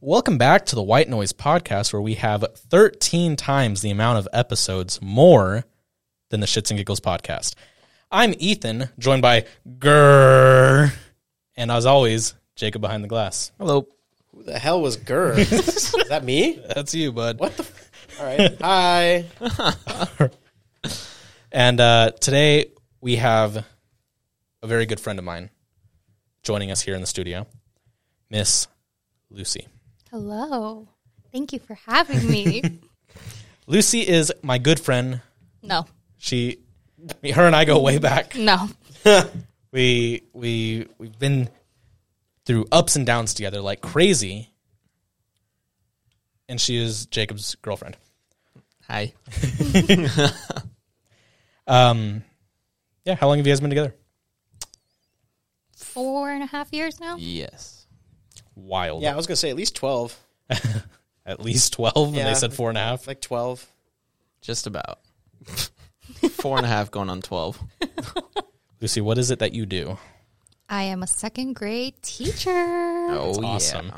Welcome back to the White Noise podcast, where we have 13 times the amount of episodes more than the Shits and Giggles podcast. I'm Ethan, joined by Grr, and as always, Jacob behind the glass. Hello. Who the hell was Gurr? Is that me? That's you, bud. What the? F- All right. Hi. And uh, today we have a very good friend of mine joining us here in the studio, Miss Lucy. Hello. Thank you for having me. Lucy is my good friend. no, She, me- her, and I go way back. no. We we we've been through ups and downs together like crazy. And she is Jacob's girlfriend. Hi. Um, yeah. How long have you guys been together? Four and a half years now? Yes. Wild. Yeah, I was gonna say at least twelve. At least twelve, and Yeah. they said four and a half. Like twelve. Just about. Four and a half going on 12. Lucy, what is it that you do? I am a second grade teacher. Oh, awesome.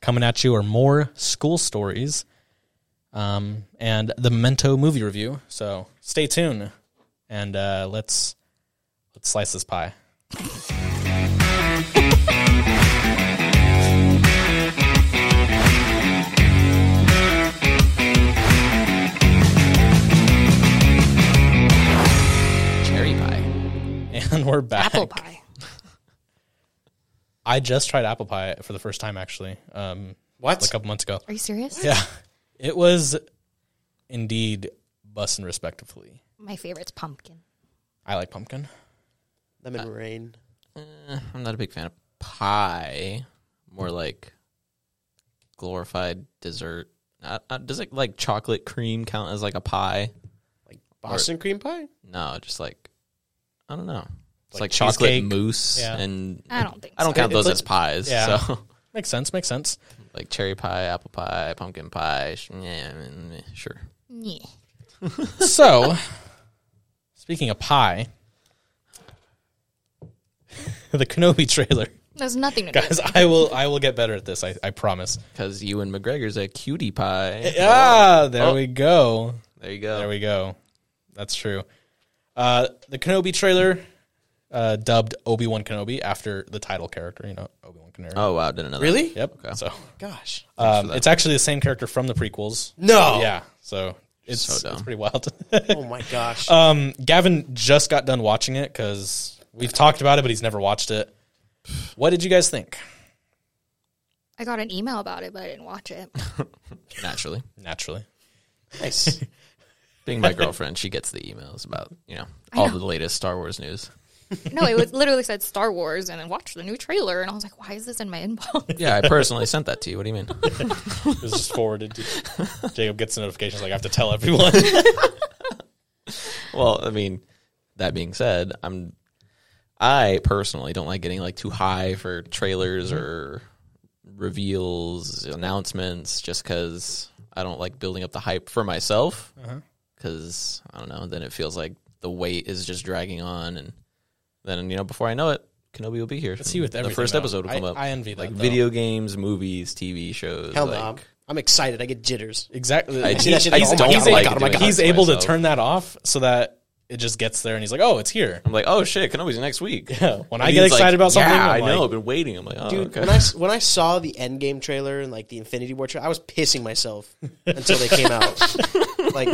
Coming at you are more school stories um, and the Memento movie review. So stay tuned and uh, let's let's slice this pie. Cherry pie. And we're back. Apple pie. I just tried apple pie for the first time actually, um, What? like a couple months ago. Are you serious? Yeah, it was indeed bussin' respectively. My favorite's pumpkin. I like pumpkin. Lemon rain. Eh, I'm not a big fan of pie. More like glorified dessert. Uh, uh, does it like chocolate cream count as like a pie? Like Boston cream pie. No, just like, I don't know. It's like, Like chocolate cheesecake? mousse Yeah. and I don't think I don't so. count It's those like- as pies. Yeah. So Makes sense. Makes sense. like cherry pie, apple pie, pumpkin pie. sh- Yeah, I mean, eh, sure. Yeah. So, speaking of pie, the Kenobi trailer, There's nothing to do. guys. I will. I will get better at this. I, I promise. Because you and McGregor's a cutie pie. Ah, there Oh. we go. There you go. There we go. That's true. Uh, the Kenobi trailer, uh, dubbed Obi Wan Kenobi after the title character. You know, Obi Wan Kenobi. oh wow, didn't know. that. Really? Yep. Okay. So Gosh. um, it's actually the same character from the prequels. No. Yeah. So it's, So dumb. it's pretty wild. Oh my gosh. um, Gavin just got done watching it because we've talked about it, but he's never watched it. What did you guys think? I got an email about it, but I didn't watch it. Naturally, Naturally. nice. being my girlfriend, she gets the emails about you know all the latest Star Wars news. No, it was literally said Star Wars and then watch the new trailer. And I was like, why is this in my inbox? Yeah, I personally sent that to you. What do you mean? It was just forwarded. To, Jacob gets the notifications like I have to tell everyone. well, I mean, that being said, I'm I personally don't like getting like too high for trailers or reveals, announcements, just because I don't like building up the hype for myself. Uh-huh. Because I don't know, then it feels like the wait is just dragging on, and then you know, before I know it, Kenobi will be here. see with the everything, first though. episode will I- come up. I envy that, like though. video games, movies, TV shows. Hell no. like, I'm- I'm excited. I get jitters. Exactly. I He- see that shit, like, he's oh my he's God, oh my able- God, oh my God. he's able to Myself. turn that off so that it just gets there and he's like, oh, it's here. I'm like, oh shit, Kenobi's next week. Yeah, when I And get he's like, excited about something, yeah, i I'm know. like- I've been waiting. I'm like, oh, Dude, okay. when I s- when I saw the Endgame trailer and like the Infinity War trailer, I was pissing myself until they came out. like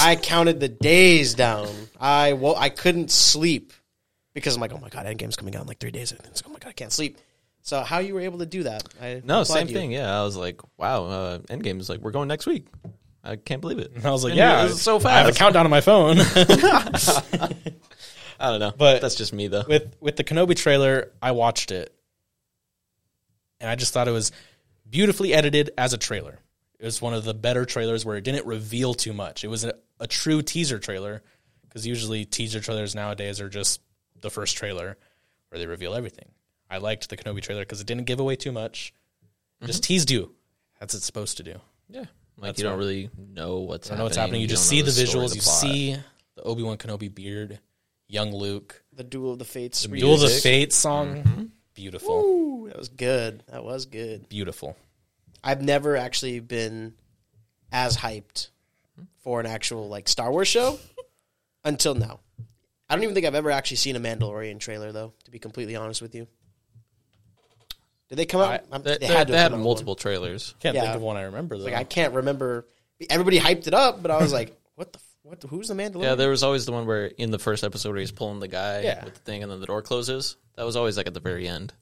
I counted the days down. I wo- I couldn't sleep because I'm like, oh my god, Endgame's coming out in like three days. And it's like, oh my god, I can't sleep. So how you were able to do that? I No, applaud same you. thing. Yeah, I was like, wow, uh, Endgame is like, we're going next week. I can't believe it. I was like, Been here- yeah, this is so I have a fast. I, countdown on my phone. don't know, But- but that's just me though. with with the Kenobi trailer, I watched it, and I just thought it was beautifully edited as a trailer. It was one of the better trailers where it didn't reveal too much. It was a, a true teaser trailer because usually teaser trailers nowadays are just the first trailer where they reveal everything. I liked the Kenobi trailer because it didn't give away too much. It Just teased you. That's what it's supposed to do. yeah, like you don't really know what's I happening. know what's happening. You just don't see know the story, visuals. the you plot. see the Obi Wan Kenobi beard, young Luke, The Duel of the Fates. the music. Duel of Mm-hmm. the Fate song. Beautiful. Ooh, that was good. That was good. beautiful. I've never actually been as hyped for an actual like Star Wars show until now. I don't even think I've ever actually seen a Mandalorian trailer though, to be completely honest with you. Did they come out? I'm- They, they to have had, they come had out with one. multiple trailers. Can't Yeah. think of one I remember though. Like I can't remember. Everybody hyped it up, but I was like, "What the? f- What? The, who's the Mandalorian?" Yeah, there was always the one where in the first episode where he's pulling the guy Yeah. with the thing and then the door closes. That was always like at the very end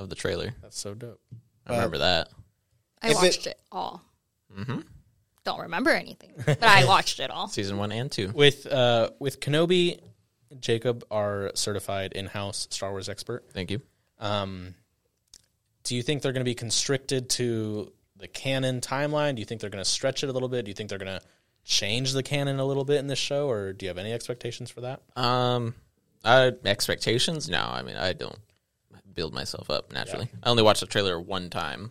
of the trailer. That's so dope. I remember that. I If it- watched it, all. Mm-hmm. Don't remember anything, but I watched it all. Season one and two. With uh with Kenobi, Jacob are certified in house Star Wars expert. Thank you. Um, do you think they're going to be constricted to the canon timeline? Do you think they're going to stretch it a little bit? Do you think they're going to change the canon a little bit in this show, or do you have any expectations for that? Um, I, expectations? No, I mean I don't build myself up naturally. I only watched the trailer one time,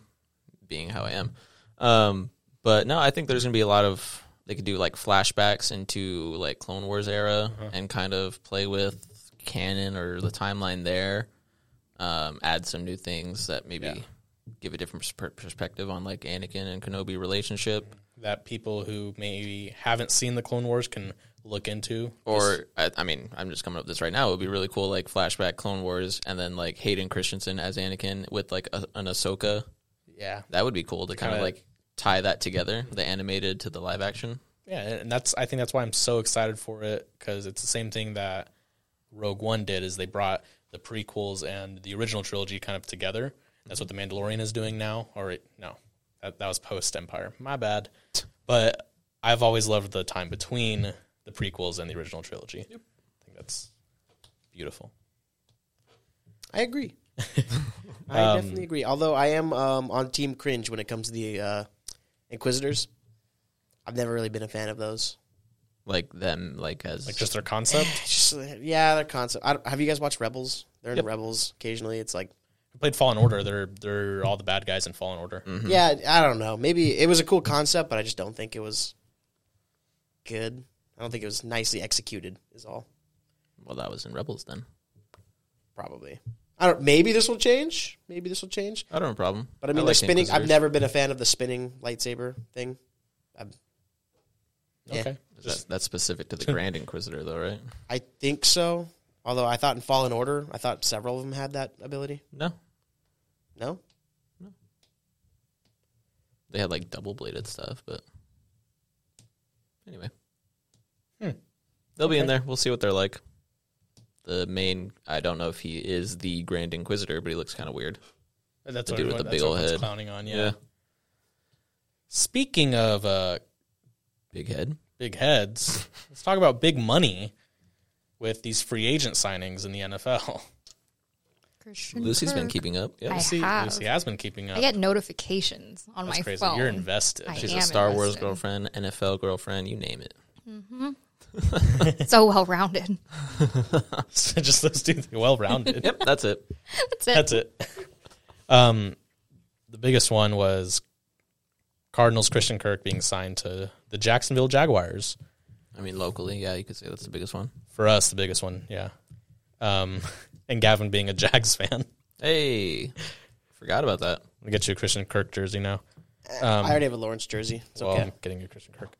being how I am. Um, but no, I think there's gonna be a lot of they could do like flashbacks into like Clone Wars era and kind of play with canon or the timeline there. Um, add some new things that maybe give a different pers- perspective on like Anakin and Kenobi relationship. That people who maybe haven't seen the Clone Wars can look into. Or I, I mean, I'm just coming up with this right now. It would be really cool, like flashback Clone Wars, and then like Hayden Christensen as Anakin with like a, an Ahsoka. Yeah, That would be cool to kind of Kinda- like tie that together, the animated to the live action. yeah, and that's I think that's why I'm so excited for it because it's the same thing that Rogue One did is they brought the prequels and the original trilogy kind of together. That's what the Mandalorian is doing now. Or it, no, that, that was post Empire. My bad. But I've always loved the time between the prequels and the original trilogy. I think that's beautiful. I agree. I Um, definitely agree. Although I am um, on Team Cringe when it comes to the uh, Inquisitors. I've never really been a fan of those. Like them, like as Like just their concept. It's just, yeah, their concept. I don't, have you guys watched Rebels? They're in Rebels occasionally. It's like, I played Fallen Order. They're they're all the bad guys in Fallen Order. Mm-hmm. yeah, I don't know. Maybe it was a cool concept, but I just don't think it was good. I don't think it was nicely executed. Is all well, that was in Rebels then. probably. I don't. Maybe this will change. Maybe this will change. I don't have a problem. But I mean, like the spinning. I've Inquisitors. never been a fan of the spinning lightsaber thing. Yeah. Okay. Is that- that's specific to the Grand Inquisitor, though, right? I think so. Although I thought in Fallen Order, I thought several of them had that ability. No, No, they had like double bladed stuff, but anyway, Hmm. they'll be in there. We'll see what they're like. The main, I don't know if he is the Grand Inquisitor, but he looks kind of weird. That's The what dude with everyone- the that's big what ol' everyone's head. clowning on. Yeah. Speaking of uh, big head. big heads. Let's talk about big money with these free agent signings in the NFL. Christian Lucy's been Kirk. keeping up. Yeah, I Lucy, have. Lucy has been keeping up. I get notifications on That's my crazy. phone. You're invested. I she's a am Star Wars invested. girlfriend, NFL girlfriend, you name it. So well rounded. So Just those two. Well rounded. Yep, that's it. That's it. That's it. Um, the biggest one was Cardinals Christian Kirk being signed to the Jacksonville Jaguars. I mean, locally, yeah, you could say that's the biggest one. For us, the biggest one. Yeah. Um, and Gavin being a Jags fan. Hey, forgot about that. I'll get you a Christian Kirk jersey now. I already have a Lawrence jersey. It's Well, okay. I'm getting you a Christian Kirk.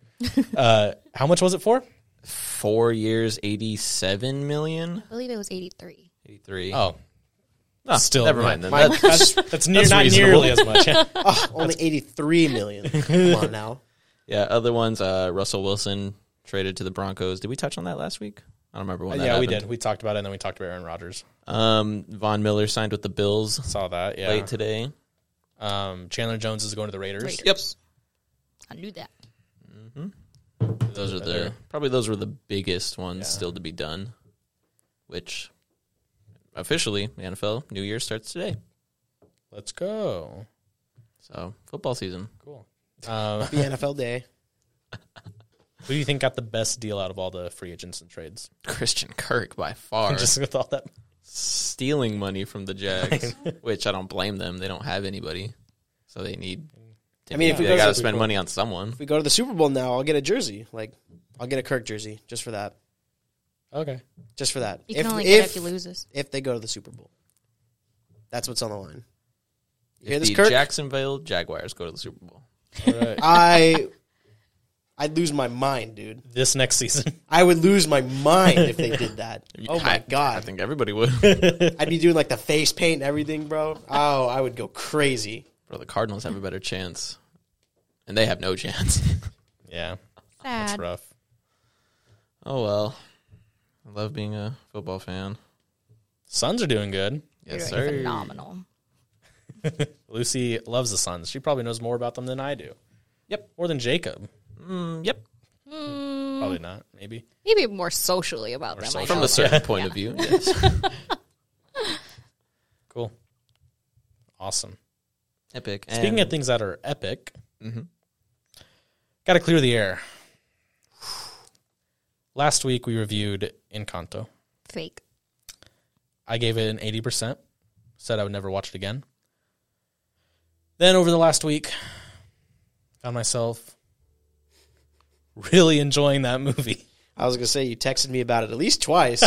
uh, how much was it for? Four years, eighty-seven million, I believe it was 83. eighty-three. Oh, Ah, still, never yeah. mind. Then My- That- that's, that's, near, not reasonable. nearly as much. Yeah. Oh, only eighty three million. Come on now. Yeah, other ones. Uh, Russell Wilson traded to the Broncos. Did we touch on that last week? I don't remember when. that Uh, yeah, we did. happened. We talked about it, and then we talked about Aaron Rodgers. Um, Von Miller signed with the Bills Saw that. Yeah. late today. Um, Chandler Jones is going to the Raiders. Raiders. I knew that. Those are the probably those were the biggest ones still to be done. Which officially the NFL New Year starts today, Let's go. so football season. Cool. Um, The NFL day. who do you think got the best deal out of all the free agents and trades? Christian Kirk by far Just with all that. stealing money from the Jags, which I don't blame them. They don't have anybody, so they need. I mean, if it they goes got to up- spend money on someone. If we go to the Super Bowl now, I'll get a jersey. Like, I'll get a Kirk jersey just for that. Okay. Just for that. You can only get it if you lose this. if they go to the Super Bowl. That's what's on the line. You hear the this, Kirk? Jacksonville Jaguars go to the Super Bowl. All right. I I'd lose my mind, dude. this next season. I would lose my mind if they did that. Oh I- my I god. think everybody would. bro, I'd be doing like the face paint and everything, bro. Oh, I would go crazy. the Cardinals have a better chance, and they have no chance. Yeah, that's Sad. rough. oh well, I love being a football fan. Suns are doing good. Yes, You're sir. Phenomenal. Lucy loves the Suns. She probably knows more about them than I do. Yep, more than Jacob. Mm, yep. Probably not. Maybe. Maybe more socially about them. I social. know From a that. certain point of view, yes. Cool. Awesome. Epic. Speaking and- of things that are epic, Mm-hmm. got to clear the air. Last week we reviewed Encanto. Fake. I gave it an 80%, said I would never watch it again. Then over the last week, found myself really enjoying that movie. I was gonna say you texted me about it at least twice.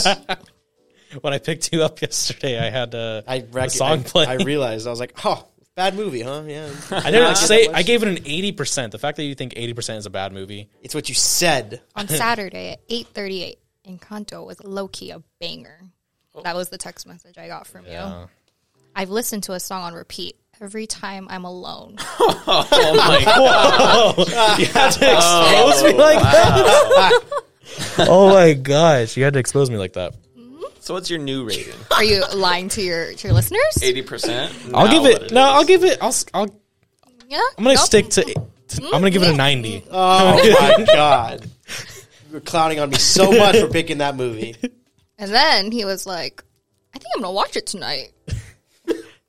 When I picked you up yesterday, I had uh, I the rec- song I, playing. I realized I was like, oh, bad movie, huh? Yeah, I didn't say I gave it an eighty percent. The fact that you think eighty percent is a bad movie, it's what you said. On Saturday at 8.38, Encanto was low-key a banger. That was the text message I got from you. I've listened to a song on repeat every time I'm alone. oh my god, you had to expose me like that. oh my gosh, you had to expose me like that. so what's your new rating? Are you lying to your, to your listeners? Eighty percent. I'll give it. No, I'll give it. I'll. s- I'll I'm Yeah? gonna Nope. Mm-hmm. stick to. to- I'm gonna give it a ninety. Oh my god, you were clowning on me so much for picking that movie. And then he was like, I think I'm going to watch it tonight.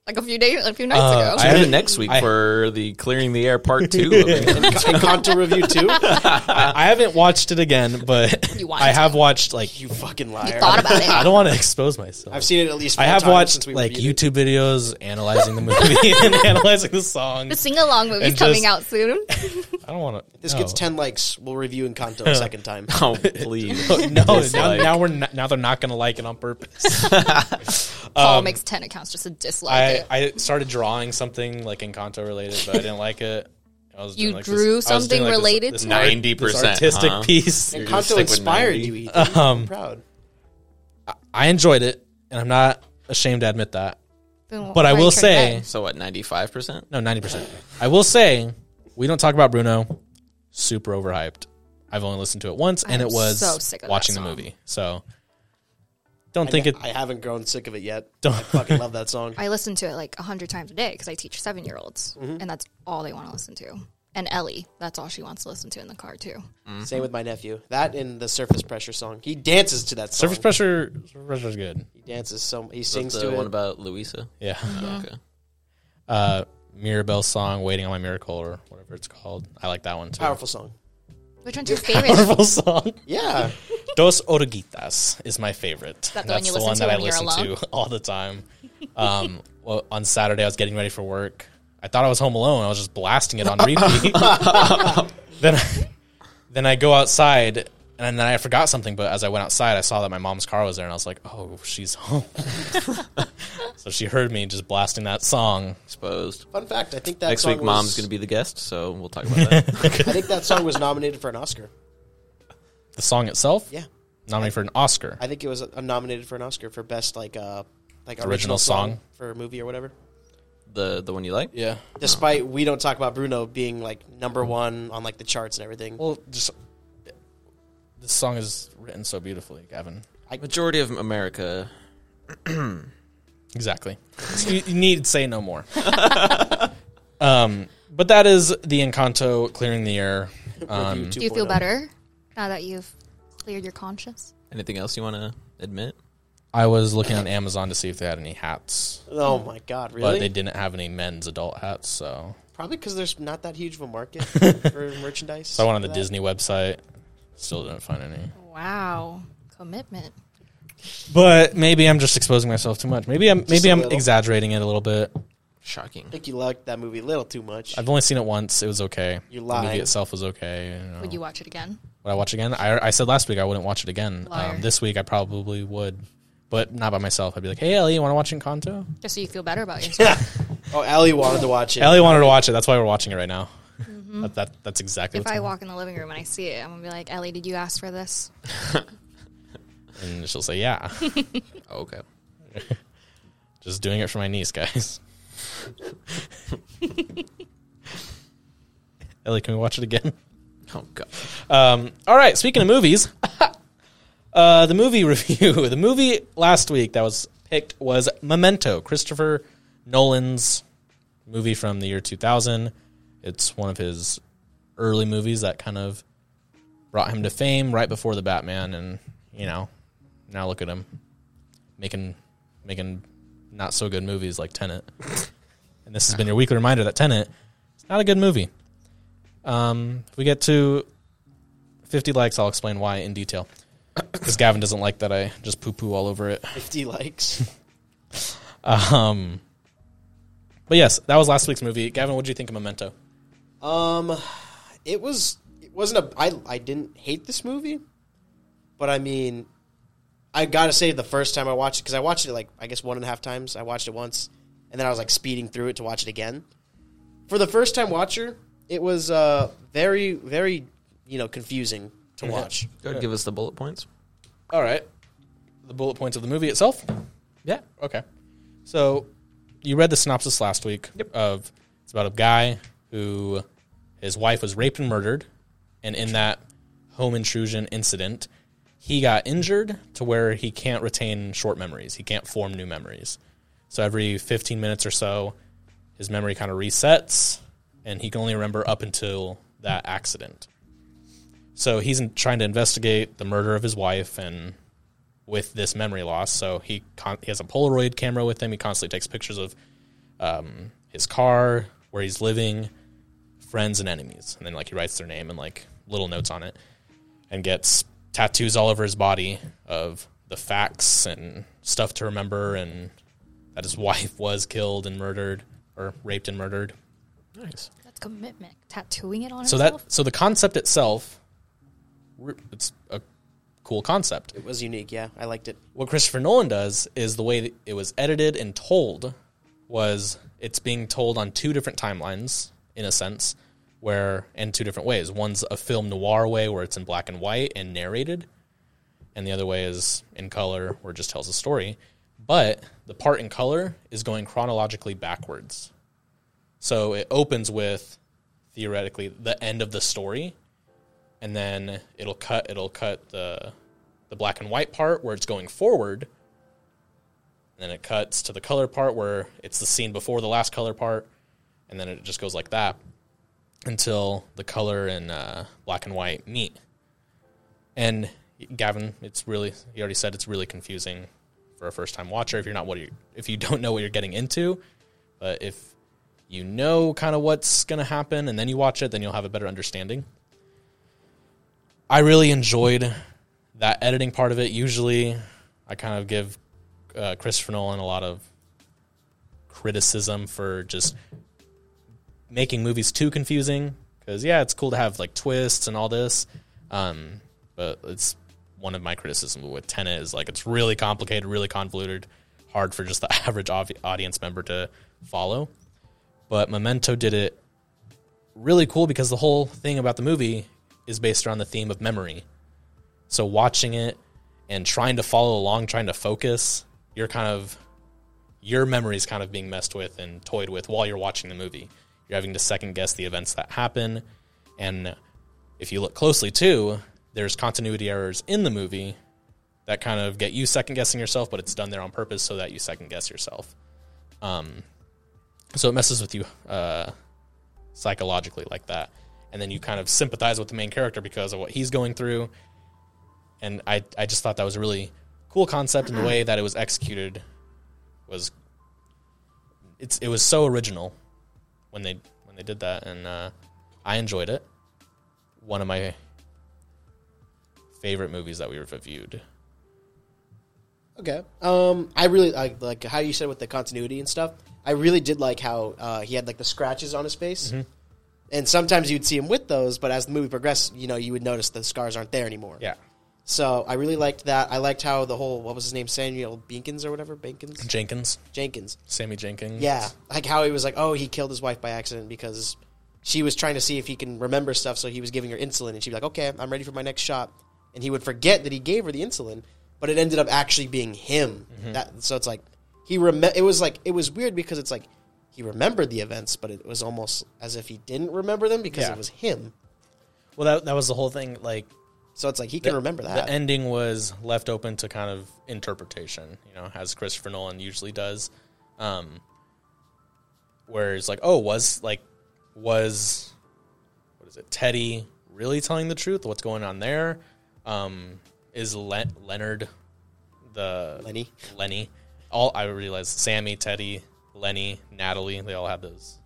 like a few days, a few nights ago. I have it haven't- next week I- for the clearing the air part two. of it. Encanto review too. I haven't watched it again, but You want I to. have watched like. You fucking liar. Thought about it. I don't want to expose myself. I've seen it at least. Four I have times watched since we like reviewed it. YouTube videos analyzing the movie and analyzing the The songs. sing along movie's And coming just- out soon. I don't want to. This gets ten likes. We'll review Encanto a second time. oh please. No, now, Dislike. now we're not, now they're not going to like it on purpose. Paul makes 10 accounts just to dislike um, I, it. I started drawing something like Encanto related, but I didn't like it. I was You doing, like, this- drew I was doing, something like, this- related this to art- it? this 90%, artistic huh? piece. gonna stick Encanto with inspired 90. you, Ethan. Um, I'm proud. I enjoyed it, and I'm not ashamed to admit that. Boom, But I right, will turn say, So what? Ninety five percent. no, ninety percent. I will say, we don't talk about Bruno. Super overhyped. I've only listened to it once, and am it was so sick of that watching the song. movie. So don't think it. I haven't grown sick of it yet. I fucking love that song. I listen to it like 100 times a day because I teach seven year olds, Mm-hmm. and that's all they want to listen to. And Ellie, that's all she wants to listen to in the car, too. Same with my nephew. That and the Surface Pressure song. He dances to that song. surface pressure. Surface pressure is good. He dances so. He That's sings the to one it. about Louisa. Yeah. Okay. uh, Mirabelle's song "Waiting on My Miracle" or whatever it's called. I like that one too. Powerful song. Which one's your favorite? Powerful song. Yeah. Dos Oruguitas is my favorite. that And the one That's you the listen one to that I when you're listen to all the time. Um, well, on Saturday, I was getting ready for work. I thought I was home alone. I was just blasting it on repeat. then, I, then I go outside, and then I forgot something. But as I went outside, I saw that my mom's car was there, and I was like, "Oh, she's home." so she heard me just blasting that song. Exposed. Fun fact. I think that Next song week, mom's was- going to be the guest, so we'll talk about that. I think that song was nominated for an Oscar. The song itself, Yeah. nominated for an Oscar. I think it was uh, nominated for an Oscar for best like uh like original, Original song, song. Oh. for a movie or whatever. the the one you like. Yeah. Despite we don't talk about Bruno being like number one on like the charts and everything. Well, just this song is written so beautifully, Gavin. Majority of America. Exactly. you, you need say no more. um, but that is the Encanto clearing the air. Um, Do you oh. feel better now that you've cleared your conscience? Anything else you want to admit? I was looking on Amazon to see if they had any hats, Oh my god, but really? they didn't have any men's adult hats. So, Probably because there's not that huge of a market for merchandise. so I went on for the that. Disney website. Still didn't find any. Wow. Commitment. But maybe I'm just exposing myself too much. Maybe I'm maybe a I'm little. exaggerating it a little bit. Shocking. I think you liked that movie a little too much. I've only seen it once. It was okay. You The lied. movie itself was okay. you know. Would you watch it again? Would I watch again? I, I said last week I wouldn't watch it again. Liar. Um, this week I probably would. but not by myself. I'd be like, "Hey, Ellie, you want to watch Encanto?" Just so you feel better about yourself. Oh, Allie wanted to watch it. Ellie wanted to watch it. That's why we're watching it right now. That, that that's exactly. Mm-hmm. if What's I going walk in the living room and I see it, I'm gonna be like, Ellie, did you ask for this? on. and she'll say, "Yeah, oh, okay. just doing it for my niece, guys." Ellie, can we watch it again? Oh god. Um, all right. Speaking of movies, uh, the movie review. The movie last week that was picked was Memento, Christopher Nolan's movie from the year 2000. It's one of his early movies that kind of brought him to fame right before the Batman, and you know, now look at him making making not so good movies like Tenet. and this has been your weekly reminder that Tenet is not a good movie. Um, if we get to 50 likes, I'll explain why in detail. Because Gavin doesn't like that I just poo poo all over it. 50 likes. Um, but yes, that was last week's movie. Gavin, what did you think of Memento? Um, it was it wasn't a I I didn't hate this movie, but I mean, I gotta say the first time I watched it because I watched it like I guess one and a half times. I watched it once, and then I was like speeding through it to watch it again. For the first time watcher, it was uh very very you know confusing to watch. Go ahead, give us the bullet points. All right. The bullet points of the movie itself? Yeah. Okay. So you read the synopsis last week of it's about a guy who his wife was raped and murdered, and in that home intrusion incident, he got injured to where he can't retain short memories. He can't form new memories. So every 15 minutes or so, his memory kind of resets, and he can only remember up until that accident. So he's in- trying to investigate the murder of his wife and with this memory loss. So he con- he has a Polaroid camera with him. He constantly takes pictures of um, his car, where he's living, friends and enemies, and then like he writes their name and like little notes on it, and gets tattoos all over his body of the facts and stuff to remember, and that his wife was killed and murdered or raped and murdered. Nice. That's commitment. Tattooing it on So himself. that so the concept itself, re- it's a cool concept. It was unique. Yeah, I liked it. what Christopher Nolan does is the way that it was edited and told was it's being told on two different timelines in a sense where in two different ways one's a film noir way where it's in black and white and narrated and the other way is in color where it just tells a story but the part in color is going chronologically backwards so it opens with theoretically the end of the story and then it'll cut it'll cut the the black and white part where it's going forward and then it cuts to the color part where it's the scene before the last color part and then it just goes like that until the color and uh, black and white meet and gavin it's really he already said it's really confusing for a first time watcher if you're not what you if you don't know what you're getting into but if you know kind of what's going to happen and then you watch it then you'll have a better understanding I really enjoyed that editing part of it. Usually, I kind of give uh, Christopher Nolan a lot of criticism for just making movies too confusing. Because yeah, it's cool to have like twists and all this, um, but it's one of my criticisms with Tenet is like it's really complicated, really convoluted, hard for just the average ob- audience member to follow. But Memento did it really cool because the whole thing about the movie is based around the theme of memory. So watching it and trying to follow along, trying to focus, you're kind of your memory is kind of being messed with and toyed with while you're watching the movie. You're having to second guess the events that happen. And if you look closely too, there's continuity errors in the movie that kind of get you second guessing yourself, but it's done there on purpose so that you second guess yourself. Um, so it messes with you uh, psychologically like that and then you kind of sympathize with the main character because of what he's going through and i i just thought that was a really cool concept and the way that it was executed was it's it was so original when they when they did that and uh i enjoyed it one of my favorite movies that we reviewed Okay. Um, I really like like how you said with the continuity and stuff. I really did like how uh, he had like the scratches on his face, and sometimes you'd see him with those, but as the movie progressed, you know, you would notice the scars aren't there anymore. yeah So I really liked that. I liked how the whole what was his name Samuel Binkins or whatever Mm-hmm. Binkins Jenkins, Jenkins. Sammy Jenkins. Yeah, like how he was like, oh, he killed his wife by accident because she was trying to see if he can remember stuff, so he was giving her insulin, and she'd be like, okay, I'm ready for my next shot, and he would forget that he gave her the insulin, but it ended up actually being him. Mm-hmm. That so it's like he rem. It was like it was weird because it's like he remembered the events, but it was almost as if he didn't remember them because Yeah. it was him. Well, that that was the whole thing. Like So it's like he can remember that. The ending was left open to kind of interpretation, you know, as Christopher Nolan usually does. Um, where it's like, oh, was like, was what is it? Teddy really telling the truth? What's going on there? Um, is Le- Leonard the Lenny. Lenny? All I realized: Sammy, Teddy, Lenny, Natalie. They all have those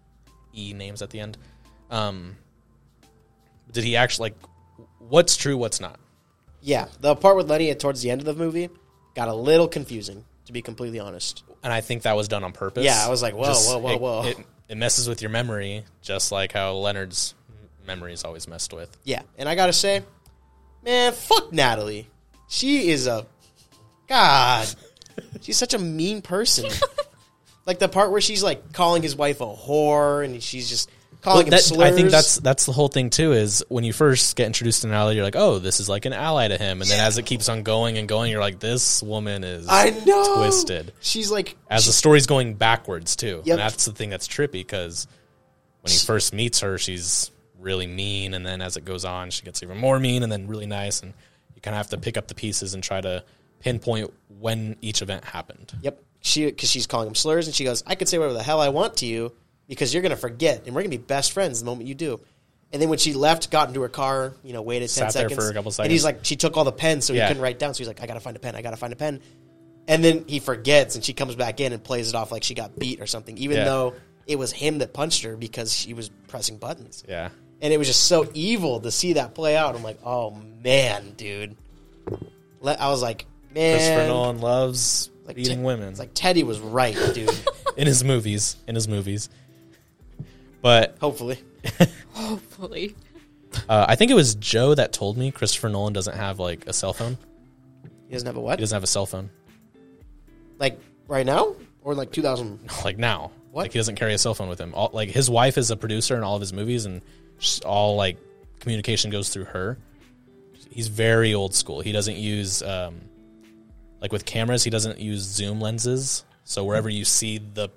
e names at the end. Um, did he actually like? What's true? What's not? Yeah, the part with Lenny at towards the end of the movie got a little confusing, to be completely honest. and I think that was done on purpose. Yeah, I was like, whoa, whoa, whoa, it- whoa. It, it messes with your memory, just like how Leonard's memory is always messed with. Yeah, and I gotta say, man, fuck Natalie. She is a god. She's such a mean person. like the part where she's like calling his wife a whore, and she's just calling him That- I slurs. think that's that's the whole thing too. Is when you first get introduced to Natalie, you're like, oh, this is like an ally to him, and then as it keeps on going and going, you're like, this woman is I know twisted. She's like As the story's going backwards too, Yep. and that's the thing that's trippy because when he first meets her, she's really mean, and then as it goes on, she gets even more mean, and then really nice, and you kind of have to pick up the pieces and try to pinpoint when each event happened. Yep. She because she's calling him slurs, and she goes, "I could say whatever the hell I want to you because you're gonna forget, and we're gonna be best friends the moment you do." And then when she left, got into her car, you know, waited ten Sat there seconds, for a couple and he's seconds. like, she took all the pens, so Yeah. he couldn't write down. So he's like, "I gotta find a pen. I gotta find a pen." And then he forgets, and she comes back in and plays it off like she got beat or something, even Yeah. though it was him that punched her because she was pressing buttons. Yeah. And it was just so evil to see that play out. I'm like, oh man, dude. Le- I was like, man, Christopher Nolan loves like beating Te- women It's like Teddy was right, dude. in his movies. In his movies. But Hopefully, Hopefully. uh, I think it was Joe that told me Christopher Nolan doesn't have like a cell phone. he doesn't have a He what? doesn't have a cell phone. Like right now or like 2000? Like now, What? like he doesn't carry a cell phone with him. All, like his wife is a producer in all of his movies, and sh- all like communication goes through her. He's very old school. He doesn't use um, like with cameras. He doesn't use zoom lenses. So wherever you see the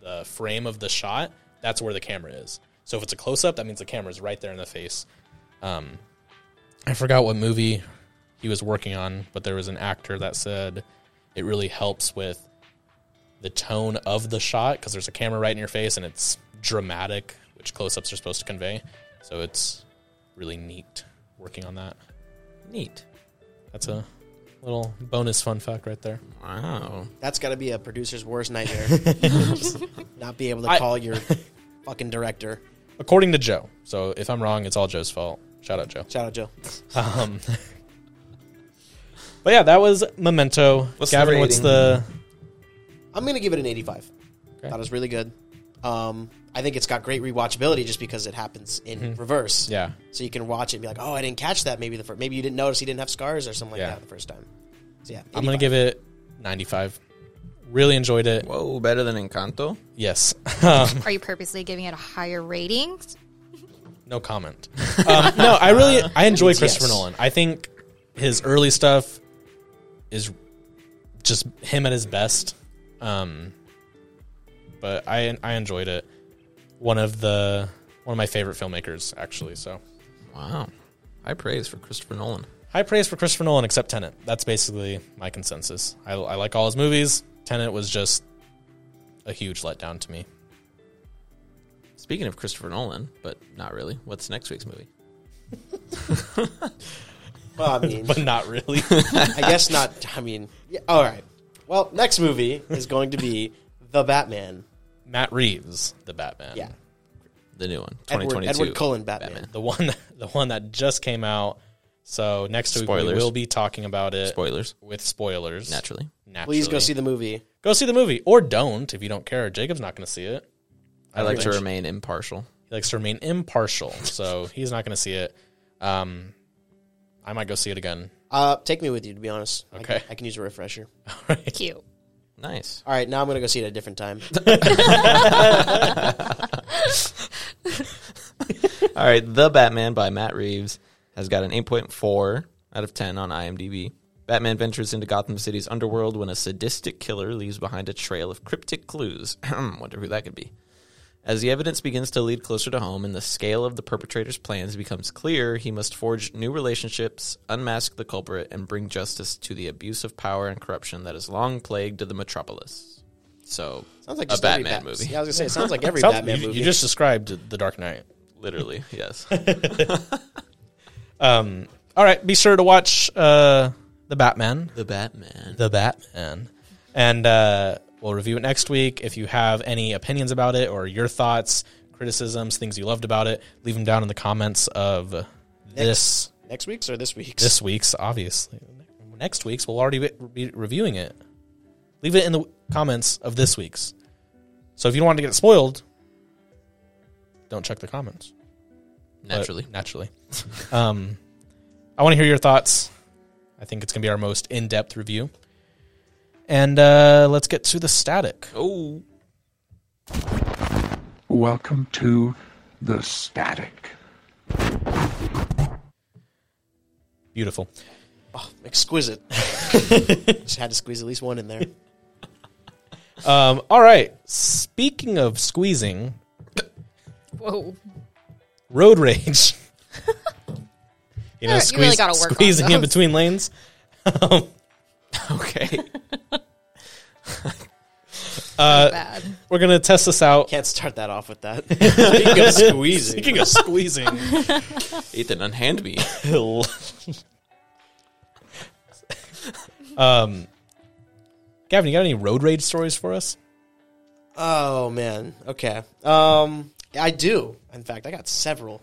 the frame of the shot, that's where the camera is. So if it's a close up, that means the camera's right there in the face. Um, I forgot what movie he was working on, but there was an actor that said it really helps with the tone of the shot because there's a camera right in your face and it's dramatic, which close ups are supposed to convey. So it's really neat working on that. Neat. That's a little bonus fun fact right there. Wow. That's got to be a producer's worst nightmare. Not be able to I- call your fucking director. According to Joe. So if I'm wrong, it's all Joe's fault. Shout out, Joe. Shout out, Joe. Um, but yeah, that was Memento. What's the Gavin, what's rating? the. I'm gonna give it an 85. Okay. Thought it was really good. Um, I think it's got great rewatchability just because it happens in reverse. Mm-hmm. Yeah. So you can watch it and be like, oh, I didn't catch that. Maybe the first, maybe you didn't notice he didn't have scars or something like Yeah. that the first time. So yeah, I'm going 85. to give it 95. Really enjoyed it. Whoa, better than Encanto. Yes. Um, Are you purposely giving it a higher rating? No comment. Um, no, I really I enjoy Christopher Yes. Nolan. I think his early stuff is just him at his best. Um, but I I enjoyed it. One of the one of my favorite filmmakers actually. So Wow. High praise for Christopher Nolan. high praise for Christopher Nolan, except Tenet. That's basically my consensus. I, I like all his movies. Tenet was just a huge letdown to me. Speaking of Christopher Nolan, but not really. What's next week's movie? Well, I mean, But not really. I guess not. I mean, yeah, all right. Well, next movie is going to be The Batman. Matt Reeves, the Batman. Yeah. The new one, Edward, 2022. Edward Cullen Batman. the one the one that just came out. So next week we Spoilers. will be talking about it Spoilers, with spoilers. naturally. naturally. Please go see the movie. go see the movie or don't if you don't care. Jacob's not going to see it. I like to Outrage. remain impartial. He likes to remain impartial, so he's not going to see it. Um, I might go see it again Uh, take me with you, to be honest. I can- Okay. I can use a refresher. All right. Cute. Nice. All right, now I'm gonna go see it at a different time. All right, The Batman by Matt Reeves has got an 8.4 out of 10 on IMDb. Batman ventures into Gotham City's underworld when a sadistic killer leaves behind a trail of cryptic clues. Wonder who that could be. As the evidence begins to lead closer to home and the scale of the perpetrator's plans becomes clear, he must forge new relationships, unmask the culprit, and bring justice to the abuse of power and corruption that has long plagued the metropolis. So, Sounds like a just every Bat- Batman movie. Yeah, I was gonna say it sounds like every Sounds- Batman you, movie. you just described The Dark Knight. Literally, yes. Um, all right, be sure to watch uh, The Batman. the Batman. The Batman. And uh, we'll review it next week. If you have any opinions about it or your thoughts, criticisms, things you loved about it, leave them down in the comments of this next week's or this week's. this week's. Obviously, next week's we'll already be reviewing it. Leave it in the comments of this week's. So if you don't want to get it spoiled, don't check the comments but- Naturally. naturally. um, I want to hear your thoughts. I think it's going to be our most in depth review. And uh, let's get to the static. Oh. Welcome to the static. Beautiful. Oh, exquisite. just had to squeeze at least one in there. Um, all right. Speaking of squeezing, Whoa. road rage. you know, You squeeze, really gotta work on squeezing in those. between lanes. Um, uh, Okay. Bad. We're going to test this out. Can't start that off with that. Speaking of squeezing. Speaking of squeezing. Ethan, unhand me. pill. um, Gavin, you got any road rage stories for us? Oh man. Okay. Um, I do. In fact, I got several.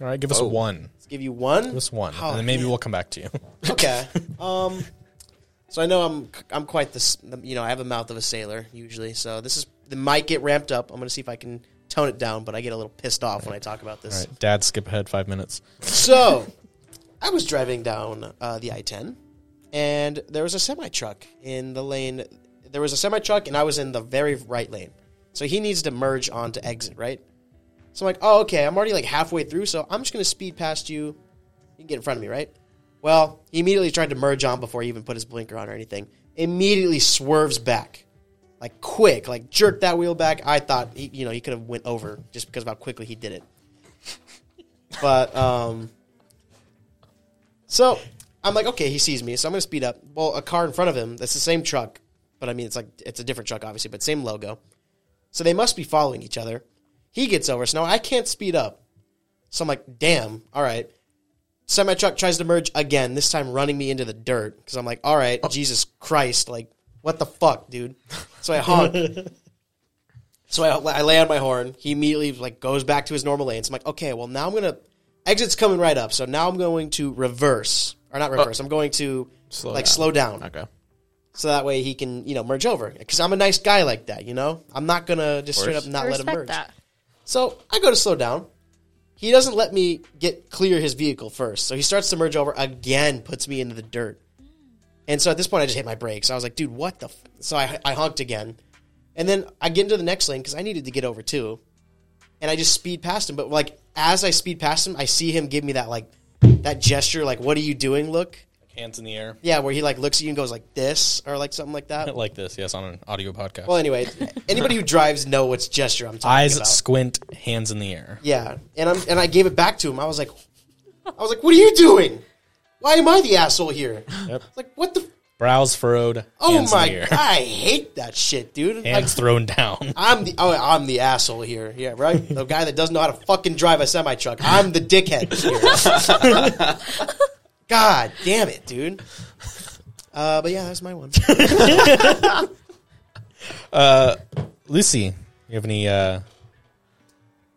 All right, give us one. Let's give you one. Give us one, Oh, and then maybe man. we'll come back to you. okay. Um, so I know I'm I'm quite this you know I have a mouth of a sailor usually. So this is the might get ramped up. I'm gonna see if I can tone it down, but I get a little pissed off when I talk about All this. right, Dad, skip ahead five minutes. So I was driving down uh, the I-10, and there was a semi truck in the lane. There was a semi truck, and I was in the very right lane. So he needs to merge onto exit, right? So I'm like, oh, okay. I'm already like halfway through, so I'm just gonna speed past you. You can get in front of me, right? Well, he immediately tried to merge on before he even put his blinker on or anything. Immediately swerves back, like quick, like jerked that wheel back. I thought, he, you know, he could have went over just because of how quickly he did it. But um, so I'm like, okay, he sees me, so I'm gonna speed up. Well, a car in front of him that's the same truck, but I mean, it's like it's a different truck, obviously, but same logo. So they must be following each other. He gets over, so now I can't speed up. So I'm like, damn, all right. Semi truck tries to merge again, this time running me into the dirt. Because I'm like, all right, Oh. Jesus Christ, like, what the fuck, dude? So I honk. So I, I lay on my horn. He immediately like goes back to his normal lane. So I'm like, okay, well now I'm gonna exit's coming right up. So now I'm going to reverse or not reverse. I'm going to Uh, Slow like down. slow down Okay. so that way he can you know merge over. Because I'm a nice guy like that, you know. I'm not gonna just straight up I not let him respect merge. that. So I go to slow down. He doesn't let me get clear his vehicle first. So he starts to merge over again, puts me into the dirt. And so at this point, I just hit my brakes. I was like, dude, what the? F-? So I, I honked again. And then I get into the next lane because I needed to get over too. And I just speed past him. But like, as I speed past him, I see him give me that like, that gesture, like, what are you doing look? Hands in the air, Yeah, where he like looks at you and goes like this or like something like that. like this. Yes, on an audio podcast. Well, anyway, anybody who drives know what's gesture I'm talking Eyes about. squint, hands in the air. Yeah, and I'm and I gave it back to him. I was like, I was like, what are you doing? Why am I the asshole here? It's Like what the? Brows furrowed. Oh hands my! in the air. I hate that shit, dude. Like, hands thrown down. I'm the oh, I'm the asshole here. Yeah, right. the guy that doesn't know how to fucking drive a semi truck. I'm the dickhead. here. God damn it, dude. Uh, but yeah, that's my one. Lucy, you have any uh,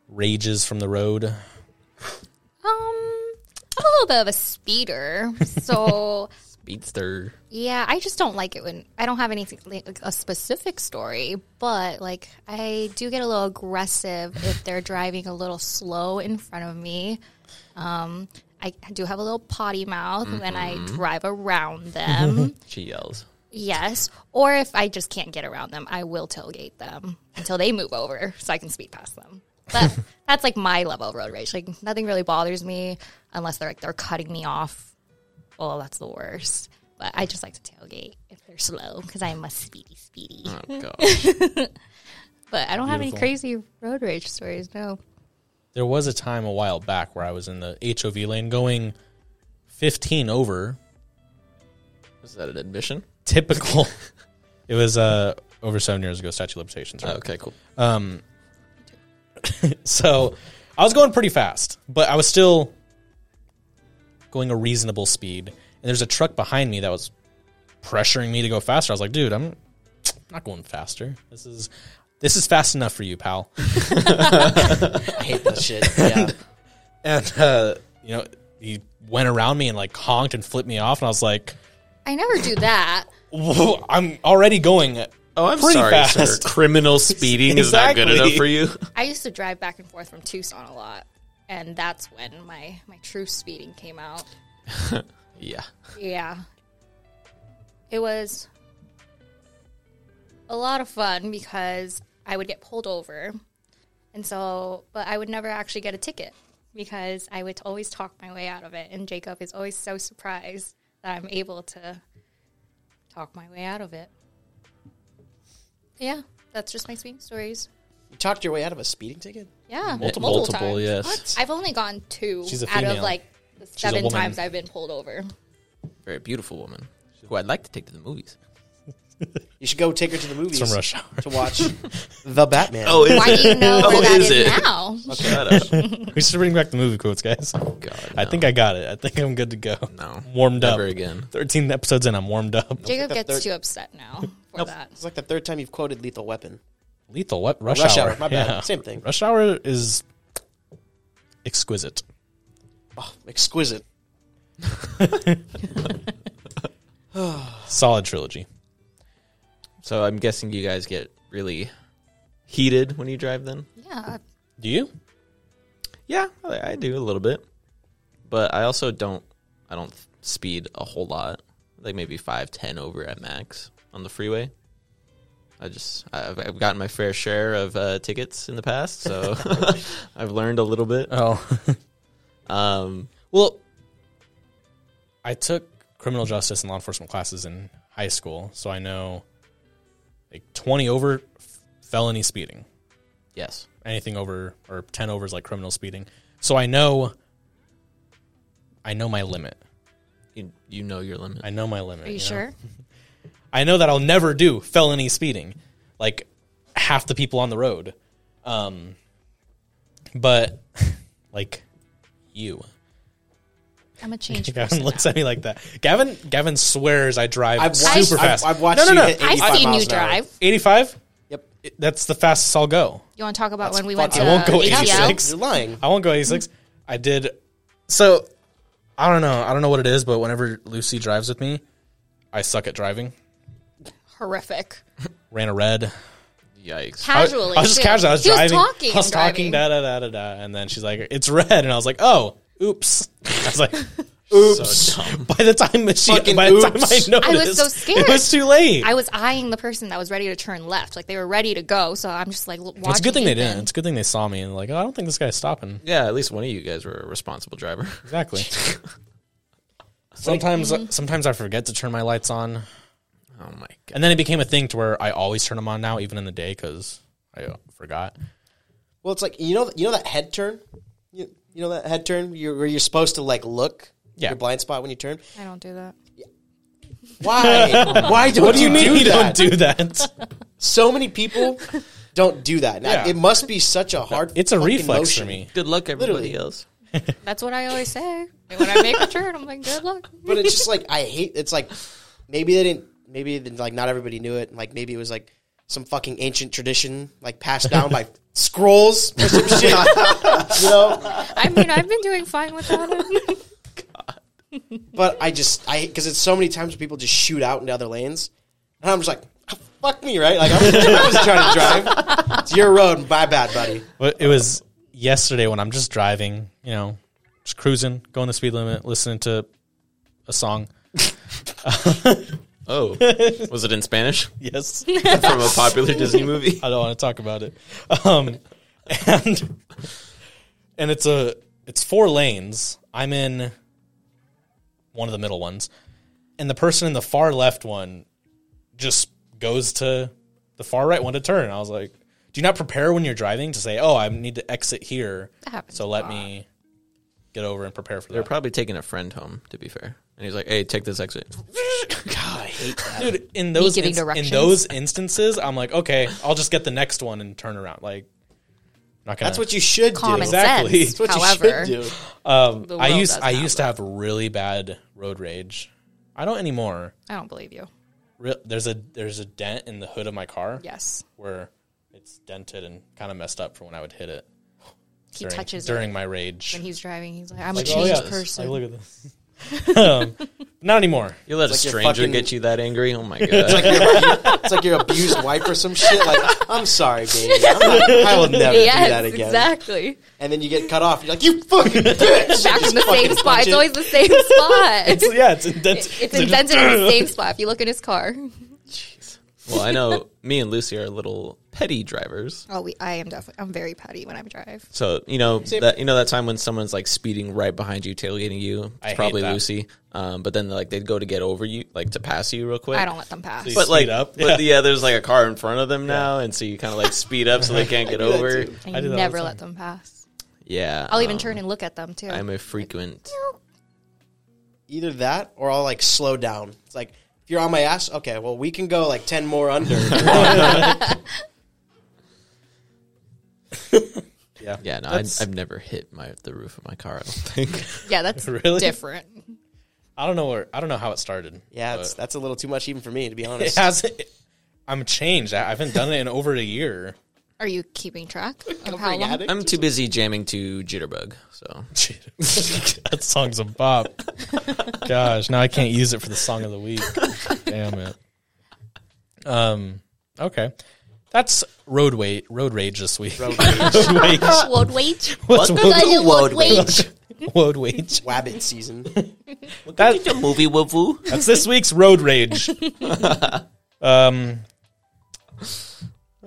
rages from the road? Um, I'm a little bit of a speeder, so Speedster. yeah, I just don't like it when I don't have anything like a specific story, but like I do get a little aggressive if they're driving a little slow in front of me. Um, I do have a little potty mouth when I Mm-hmm. drive around them. She yells. yes. Or if I just can't get around them, I will tailgate them until they move over so I can speed past them. But that's like my level of road rage. Like nothing really bothers me unless they're like they're cutting me off. Oh, that's the worst. But I just like to tailgate if they're slow because I'm a speedy, speedy. Oh gosh. But I don't have any Beautiful. crazy road rage stories. No. There was a time a while back where I was in the HOV lane going 15 over Is that an admission? typical. it was uh, over seven years ago, statute of limitations. Right? okay, cool. So I was going pretty fast, but I was still going a reasonable speed. And there's a truck behind me that was pressuring me to go faster. I was like, dude, I'm not going faster. This is this is fast enough for you, pal. I hate that shit. Yeah. And uh, you know, he went around me and like honked and flipped me off, and I was like, I never do that. Whoa, I'm already going. Oh, I'm pretty sorry, sir. fast. Criminal speeding is not good Exactly. enough for you. I used to drive back and forth from Tucson a lot, and that's when my my true speeding came out. Yeah. Yeah, it was a lot of fun because I would get pulled over, and so but I would never actually get a ticket because I would always talk my way out of it, and Jacob is always so surprised that I'm able to talk my way out of it. Yeah, that's just my speeding stories. You talked your way out of a speeding ticket? Yeah, Multiple- multiple, multiple, times. yes. I've only gone two She's a out of female. like the a seven woman. times I've been pulled over. Very beautiful woman who I'd like to take to the movies. You should go take her to the movies from Rush Hour. to watch The Batman. is Why do you know Oh, where that is is, it? now? Shut up. We should bring back the movie quotes, guys. God, I think I got it. I think I'm good to go. No. warmed Never up. again. Thirteen episodes in, I'm warmed up. Jacob gets third- too upset now for that. It's like the third time you've quoted Lethal Weapon. Lethal what? Rush, Rush hour. Hour, my bad. Same thing. Rush hour is exquisite. Oh, exquisite. Solid trilogy. So I'm guessing you guys get really heated when you drive then? Yeah, Do you? Yeah, I I do a little bit, but I also don't. I don't speed a whole lot. Like maybe five, ten over at max on the freeway. I just I've, I've gotten my fair share of uh, tickets in the past, so I've learned a little bit. Oh. Um, Well, I took criminal justice and law enforcement classes in high school, so I know like 20 over f- felony speeding. yes, Anything over or 10 over is like criminal speeding. So I know I know my limit. you you know your limit. I know my limit. are you know? sure? I know that I'll never do felony speeding, like half the people on the road. Um, but like you, I'm a change Gavin person. looks now. at me like that. Gavin, Gavin swears I drive I've watched, super I've- fast. I've, watched no, no, no. you hit 85 I've seen miles you an hour. drive. Eighty-five. Yep. That's the fastest I'll go. You want to talk about when we went fucking- to I won't go ATL? 86. You're lying. I won't go eighty-six. I did. So I don't know. I don't know what it is, but whenever Lucy drives with me, I suck at driving. Horrific. Ran a red. Yikes! I- Casually, I was just too. casual. I was he driving. Was talking, I was and talking. Da driving. da da da da. And then she's like, "It's red," and I was like, "Oh, oops." I was like, "Oops." by the time she, Fucking by the time I oops. noticed, I was so scared. It was too late. I was eyeing the person that was ready to turn left. Like they were ready to go. So I'm just like l- watching. it's a good thing they Ethan. didn't. It's a good thing they saw me and like, oh, I don't think this guy's stopping. Yeah, at least one of you guys were a responsible driver. Exactly. sometimes, sometimes I forget to turn my lights on, Oh my god! and then it became a thing to where I always turn them on now, even in the day, because I uh, forgot. Well, it's like you know you know that head turn. You, you know that head turn you're, where you're supposed to like look Yeah. your blind spot when you turn. I don't do that. Why? Why don't you, do you that? don't do that. so many people don't do that. Now, Yeah. It must be such a hard. it's a fucking reflex motion. for me. Good luck, everybody Literally. else. That's what I always say. And when I make a turn, I'm like, good luck. but it's just like I hate. It's like maybe they didn't. Maybe they- like not everybody knew it. and, Like maybe it was like some fucking ancient tradition, like passed down by scrolls or some shit. you know. I mean, I've been doing fine without it. But I just I because it's so many times people just shoot out into other lanes, and I'm just like. "Ah, Fuck me, right? Like I'm, I was trying to drive. It's your road. My bad, buddy. But it was yesterday when I'm just driving, you know, just cruising, going the speed limit, listening to a song. Oh, was it in Spanish Yes. from a popular Disney movie? I don't want to talk about it. Um, and and it's a it's four lanes. I'm in one of the middle ones, and the person in the far left one just goes to the far right one to turn. I was like, "Do you not prepare when you're driving to say, oh, I need to exit here, That happens so a let lot. me get over and prepare for They're that." probably taking a friend home. To be fair, and he's like, "Hey, take this exit." Dude, in those giving ins- in directions. those instances, I'm like, okay, I'll just get the next one and turn around. Like, not gonna. That's what you should Common do. Exactly. sense. That's what However, you should do. the I world used does I not used to have really bad road rage. I don't anymore. I don't believe you. Re- There's a there's a dent in the hood of my car Yes. where it's dented and kind of messed up from when I would hit it He during, touches during it my rage. when he's driving. He's like, I'm a Like, oh, changed yeah, person. I look at this. um, not anymore. You let It's like a you're stranger fucking- get you that angry? Oh my god! It's like your abused wife or some shit. Like, I'm sorry, baby. I'm not, I will never do that yes, again. exactly. And then you get cut off. You're like, you fucking bitch. Back in the fucking same punch spot. It's it. always the same spot. It's, yeah, it's indented. it's indented in the same spot. If you look in his car, well, I know me and Lucy are little petty drivers. oh, we, I am definitely. I'm very petty when I drive. So you know that you know that time when someone's like speeding right behind you, tailgating you. It's I hate probably that. Lucy. Um, but then like they'd go to get over you, like to pass you real quick. I don't let them pass. Please. But like, Speed up. but yeah. there's like a car in front of them now, and so you kind of like speed up so they can't get over. too. I, I do that all never the let them pass. Yeah, I'll even um, turn and look at them too. I'm a frequent. Either that or I'll like slow down. It's like, if you're on my ass, okay, well, we can go like 10 more under. Yeah, Yeah, no, I've, I've never hit my the roof of my car. I don't think. yeah, that's Really? different. I don't know where I don't know how it started. yeah, it's, but that's a little too much even for me, to be it honest. has. I'm changed. I haven't done it in over a year. Are you keeping track of how long? Addict? I'm too busy jamming to Jitterbug. So that song's a bop. Gosh, now I can't use it for the song of the week. Damn it. Um. Okay, that's road wait road rage this week. Road wage. Road wage. What's road, Road wage. road wage? Wabbit season. That- the movie woo that's this week's road rage. Um.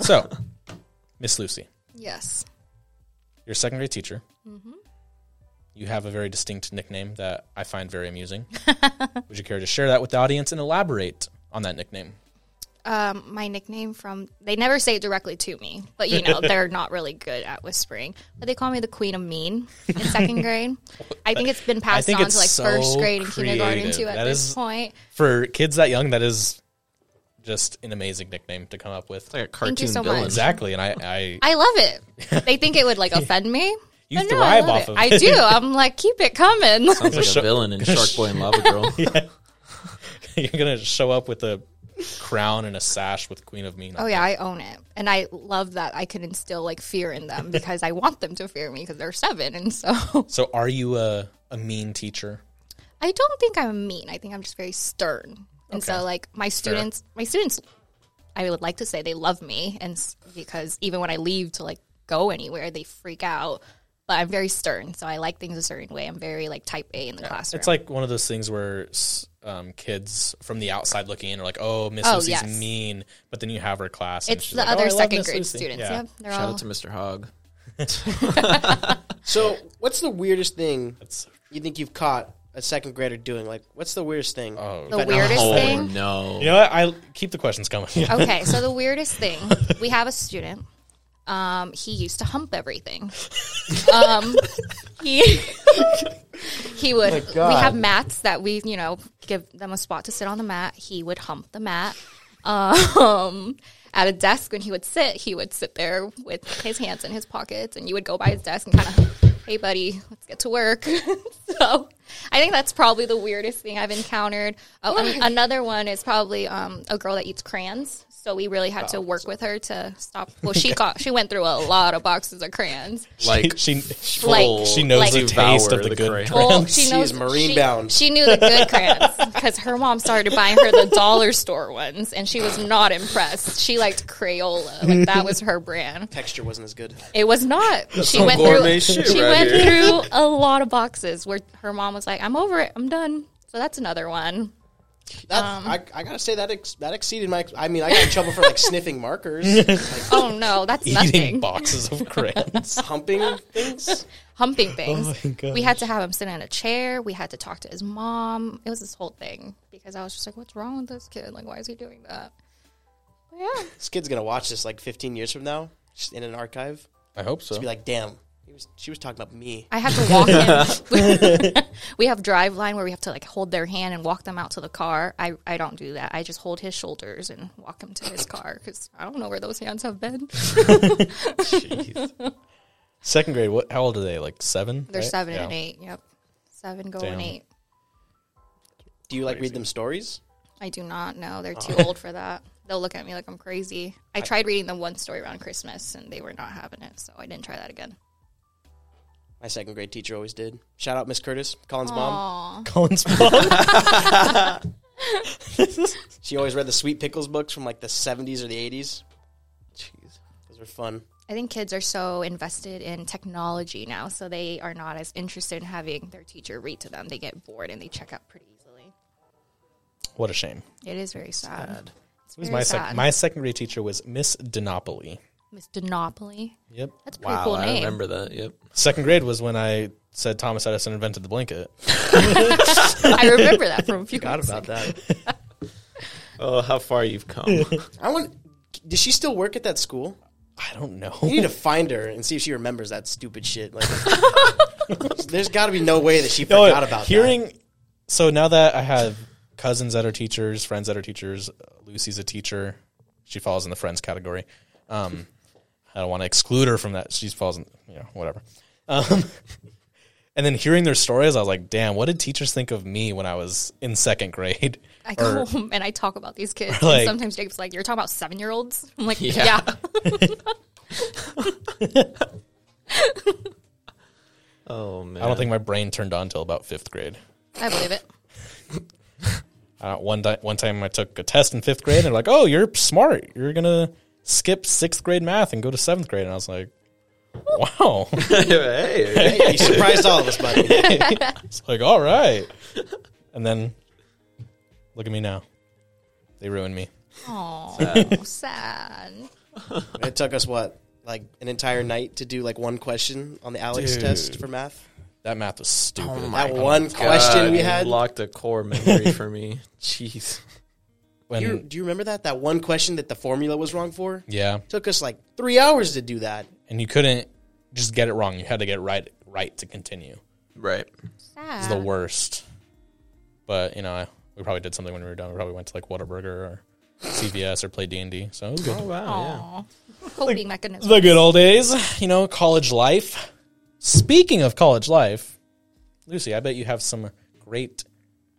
So, Miss Lucy, Yes. you're a second grade teacher. Mm-hmm. You have a very distinct nickname that I find very amusing. Would you care to share that with the audience and elaborate on that nickname? um, my nickname from they never say it directly to me, but you know they're not really good at whispering. But they call me the Queen of Mean in second grade. I think it's been I passed think on to it's like first so grade and kindergarten too. creative. At That this is- point, for kids that young, that is just an amazing nickname to come up with. Like a cartoon so villain. much. Exactly, and I, I I love it. They think it would like offend me. You but no, I thrive love off it. of I it. do. I'm like, keep it coming. Sounds like a villain in Shark Boy and Lava Girl. you're gonna show up with a crown and a sash with Queen of Mean. oh yeah, I own it, and I love that I can instill like fear in them because I want them to fear me because they're seven, and so So are you a, a mean teacher? I don't think I'm mean. I think I'm just very stern. And so like my students, my students, I would like to say they love me, and s- because even when I leave to like go anywhere, they freak out. But I'm very stern, so I like things a certain way. I'm very like type A in the classroom. It's like one of those things where s- um, kids from the outside looking in are like, "Oh, Miss Oh, Lucy's yes. mean," but then you have her class. And it's she's the like, "Oh, I other love second Miss grade Lucy." students. Yeah. Yep, they're Shout all out to Mr. Hogg. So, what's the weirdest thing That's- you think you've caught a second grader doing? Like, what's the weirdest thing? oh. the weirdest Oh thing. no! You know what? I keep the questions coming. Okay, so the weirdest thing we have a student. Um, he used to hump everything. Um, he he would. we have mats that we you know give them a spot to sit on the mat. He would hump the mat. Um, at a desk when he would sit, he would sit there with his hands in his pockets, and you would go by his desk and kind of, hey buddy, let's get to work. so I think that's probably the weirdest thing I've encountered. Oh, an- another one is probably um, a girl that eats crayons. So we really had to work with her to stop. Well, she got she went through a lot of boxes of crayons. Like she full she knows Like- the taste devour of the, the good crayons. crayons. Well, she She knows is marine she, bound. She knew the good crayons because her mom started buying her the dollar store ones, and she was not impressed. She liked Crayola, like that was her brand. Texture wasn't as good. It was not. She some went gourmet through. shit she right went here. through a lot of boxes where her mom was like, "I'm over it. I'm done." So that's another one. That, um, I, I gotta say that ex- that exceeded my. Ex- I mean, I got in trouble for like sniffing markers, like Oh no, that's Eating nothing. boxes of crayons. humping things. Humping Oh things. my gosh. we had to have him sit in a chair. We had to talk to his mom. It was this whole thing because I was just like, "What's wrong with this kid? Like, why is he doing that?" But yeah. This kid's gonna watch this like 15 years from now, just in an archive. I hope so. Be like, damn, he was, she was talking about me. I had to walk him. we have drive line where we have to like hold their hand and walk them out to the car. I, I don't do that. I just hold his shoulders and walk him to his car because I don't know where those hands have been. Second grade. What? How old are they? Like seven. They're right? seven Yeah. and eight. Yep, seven going Damn. eight. Do you like read them stories? I do not know. They're too old for that. They'll look at me like I'm crazy. I tried reading them one story around Christmas and they were not having it, so I didn't try that again. My second grade teacher always did. Shout out Miss Curtis, Colin's mom. Aw, Colin's mom. She always read the Sweet Pickles books from like the 70s or the 80s. Jeez, those were fun. I think kids are so invested in technology now, so they are not as interested in having their teacher read to them. They get bored and they check out pretty easily. what a shame. It is very sad. It's It was very my sad. sec- my second grade teacher was Miss Dinopoly. Miss Dinopoly. Yep. That's a pretty wow, cool I name. remember that. Yep. Second grade was when I said Thomas Edison invented the blanket. I remember that from a few Forgot months about ago. that. Oh, how far you've come. I want. Does she still work at that school? I don't know. You need to find her and see if she remembers that stupid shit. Like, there's got to be no way that she No, forgot about hearing. So now that I have cousins that are teachers, friends that are teachers, Lucy's a teacher. She falls in the friends category. Um, I don't want to exclude her from that. She falls in, you know, whatever. Um, and then hearing their stories, I was like, damn, what did teachers think of me when I was in second grade? I go home and I talk about these kids. Or like- and sometimes Jacob's like, "You're talking about seven year olds." I'm like, Yeah. "Yeah." Oh man, I don't think my brain turned on till about fifth grade. I believe it. Uh, one di- one time I took a test in fifth grade, and they're like, "Oh, you're smart. You're gonna skip sixth grade math and go to seventh grade." And I was like, "Wow." hey, that. Hey, you surprised all of us, buddy. It's like, all right. And then look at me now. They ruined me. Oh, sad. It took us what, like an entire night to do like one question on the Alex Dude. Oh test for math. That math was stupid. that one question we Uh, you had. locked a core memory for me. Jeez, When- You- do you remember that? That one question that the formula was wrong for. yeah. Took us like three hours to do that. And you couldn't just get it wrong. You had to get it right right to continue. right? It's Sad. the worst. But, you know, I, we probably did something when we were done. We probably went to like Whataburger or CVS or played D&D. So it was good. Oh wow, Aw. Coping mechanism. The good old days, you know, college life. Speaking of college life, Lucy, I bet you have some great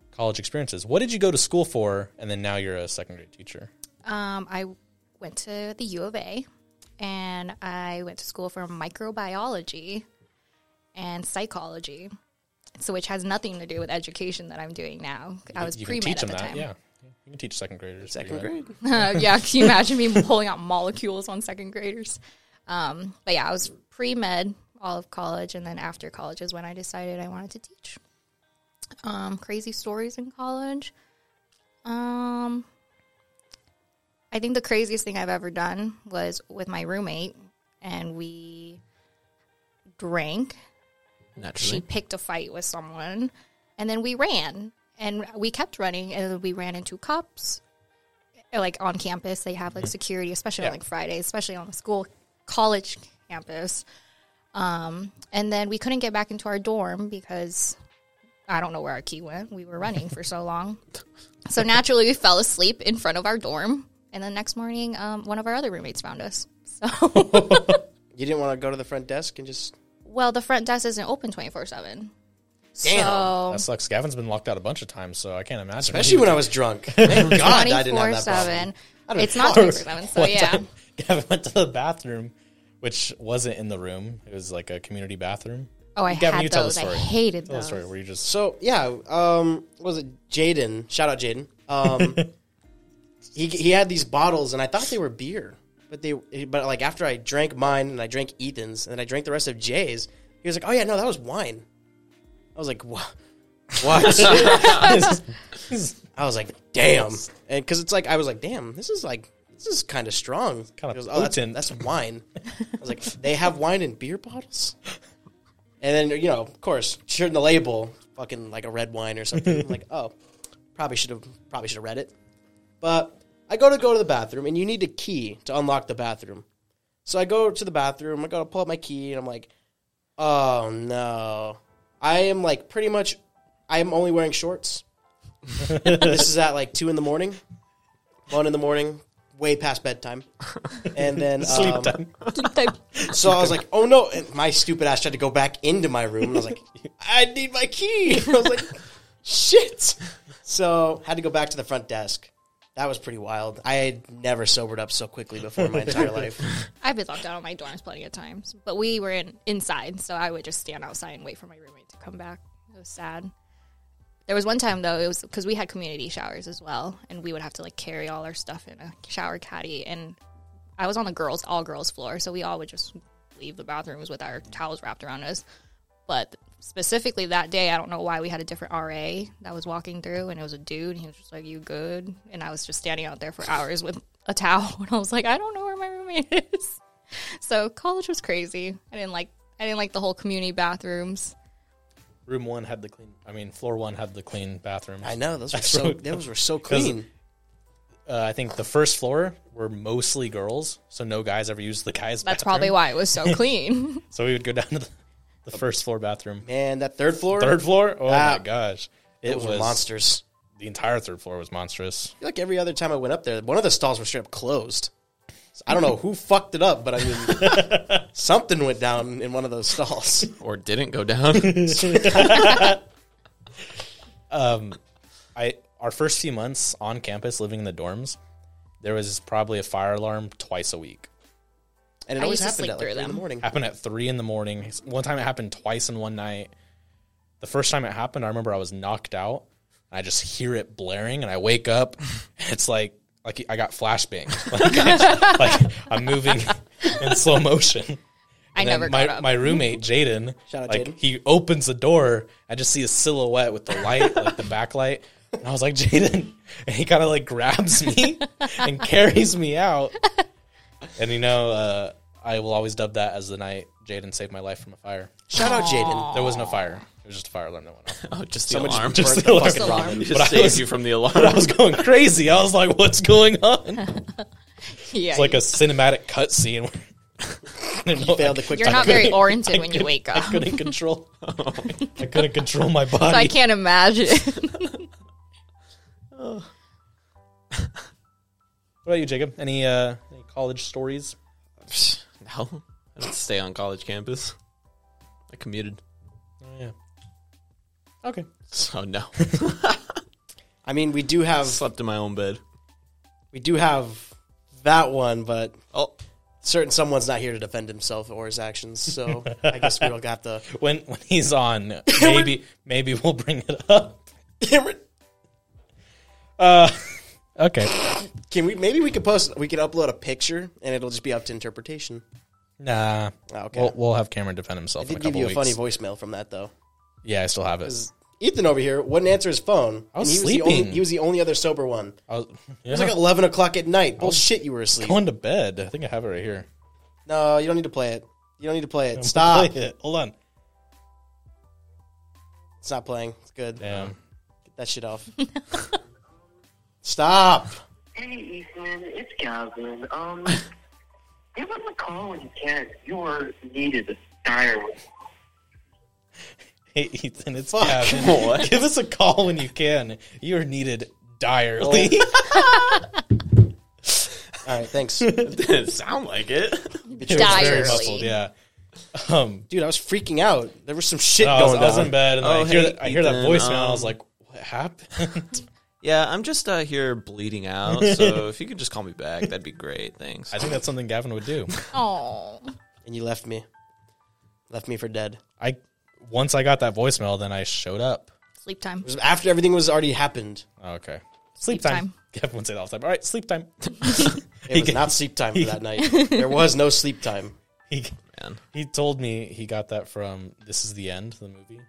college experiences. What did you go to school for? And then now you're a second grade teacher. Um, I went to the U of A, and I went to school for microbiology and psychology, so which has nothing to do with education that I'm doing now. I was You pre med at the that. time. Yeah, you can teach second graders. Second pre-med. grade. Uh, yeah, can you imagine me pulling out molecules on second graders? Um, but yeah, I was pre med all of college, and then after college is when I decided I wanted to teach. Um, crazy stories in college. Um, I think the craziest thing I've ever done was with my roommate, and we drank she naturally. picked a fight with someone and then we ran and we kept running and we ran into cops like on campus they have like security especially on like fridays especially on the school college campus um, and then we couldn't get back into our dorm because i don't know where our key went we were running for so long so naturally we fell asleep in front of our dorm and the next morning um, one of our other roommates found us so You didn't want to go to the front desk and just. well the front desk isn't open 24-7 Damn. so That sucks. Gavin's been locked out a bunch of times, so I can't imagine. Especially when I was drunk. Thank God I didn't have that problem. 24/7. I don't It's not fuck. Tech Seven, so yeah. time, Gavin went to the bathroom, which wasn't in the room. It was like a community bathroom. Oh, I Gavin, had you tell the those. I story. hated Tell the those. story where you just So yeah, um, what was it Jaden? Shout out Jaden. Um, he he had these bottles, and I thought they were beer, but they but like after I drank mine and I drank Ethan's and then I drank the rest of Jay's, he was like, "Oh yeah, no, that was wine." I was like, "What?" What? I was like, "Damn!" And because it's like I was like, "Damn, this is like this is kind of strong." kinda He goes, "Oh, that's potent." that's wine." I was like, "They have wine in beer bottles." And then you know, of course, sure in the label, fucking like a red wine or something. I'm like, oh, probably should have probably should have read it. But I go to go to the bathroom, and you need a key to unlock the bathroom. So I go to the bathroom. I go to pull up my key, and I'm like, oh no, I am like pretty much, I am only wearing shorts. this is at like two in the morning, one in the morning, way past bedtime, and then um, so I was like, oh no. And my stupid ass tried to go back into my room. And I was like, I need my key. I was like, shit. So had to go back to the front desk. That was pretty wild. I had never sobered up so quickly before in my entire life. I've been locked out of my dorms plenty of times, but we were in inside, so I would just stand outside and wait for my roommate to come back. It was sad. There was one time though, it was because we had community showers as well, and we would have to like carry all our stuff in a shower caddy. And I was on the girls, all girls floor, so we all would just leave the bathrooms with our towels wrapped around us. But specifically that day, I don't know why we had a different RA that was walking through, and it was a dude. And he was just like, "You good?" And I was just standing out there for hours with a towel, and I was like, "I don't know where my roommate is." So college was crazy. I didn't like I didn't like the whole community bathrooms. room one had the clean. I mean, floor one had the clean bathroom. I know those were so those were so Because- clean. Uh, I think the first floor were mostly girls, so no guys ever used the guys. That's bathroom. probably why it was so clean. So we would go down to the, the first floor bathroom. And that third floor, Third floor? Oh Ah. my gosh. It those were was monsters. the entire third floor was monstrous. I feel like every other time I went up there, one of the stalls was straight up closed. So I don't know who fucked it up, but I mean, something went down in one of those stalls. or didn't go down. I our first few months on campus living in the dorms, there was probably a fire alarm twice a week. And it I always used to happened sleep at like through three in the them. morning. Happened at three in the morning. One time it happened twice in one night. The first time it happened, I remember I was knocked out. And I just hear it blaring, and I wake up. And it's like like I got flashbanged. Like, I- like I'm moving in slow motion. I And then never my, got up. my roommate Jaden, Shout out like Jaden. he opens the door, I just see a silhouette with the light, like the backlight, and I was like Jaden, and he kind of like grabs me and carries me out, and you know uh, I will always dub that as the night Jaden saved my life from a fire. Shout out Jaden. There was no fire; it was just a fire alarm that went off. oh, just the Someone alarm. just Just, burned the the alarm. fucking Alarm. ramen. but I saved was- you from the I alarm. was going crazy. I was like, "What's going on?" yeah, It's like a cinematic cutscene. you Failed the quick you're time. not very oriented when you wake up, I couldn't control. I couldn't control my body. so I can't imagine. What about you, Jacob? Any uh, any college stories? no, I don't stay on college campus. I commuted, Oh, yeah. Okay. so no. I mean, we do have Slept in my own bed. we do have that one, but Oh, certain someone's not here to defend himself or his actions, so I guess we don't got the When when he's on, maybe maybe we'll bring it up. Uh, okay. Can we? Maybe we could post. We could upload a picture, and it'll just be up to interpretation. Nah. Ah, okay. We'll we'll have Cameron defend himself I in a did give couple you a weeks. funny voicemail from that though. yeah, I still have it. Ethan over here wouldn't answer his phone. was and he Was the sleeping. only, he was the only other sober one. It I was, was yeah. Oh. like eleven o'clock at night. Bullshit, you were asleep. going to bed. I think I have it right here. No, you don't need to play it. You don't need to play it. Stop. Play it. Hold on. It's not playing. It's good. Damn. Get that shit off. Stop. Hey, Ethan, it's Calvin. Um, give us a call when you can. You are needed direly. Hey Ethan, it's Fuck. Gavin. Give us a call when you can. You are needed direly. All right, thanks, didn't sound like it. It was very Direly. muffled. Yeah. Um. dude. I was freaking out. There was some shit No, I was, going I was on. in bed and Oh, I hear hey, that, I hear that Ethan, voicemail. and I was um, like, "What happened?" Yeah, I'm just uh, here bleeding out. So if you could just call me back, that'd be great. Thanks. I think that's something Gavin would do. Oh, and you left me. Left me for dead. I once I got that voicemail, then I showed up. Oh, sleep time. It was after everything was already happened. Okay, sleep, Sleep time. time. Gavin would say that all the time. All right, sleep time. It was not sleep time for that night. There was no sleep time. He Man. he told me he got that from This Is the End, the movie,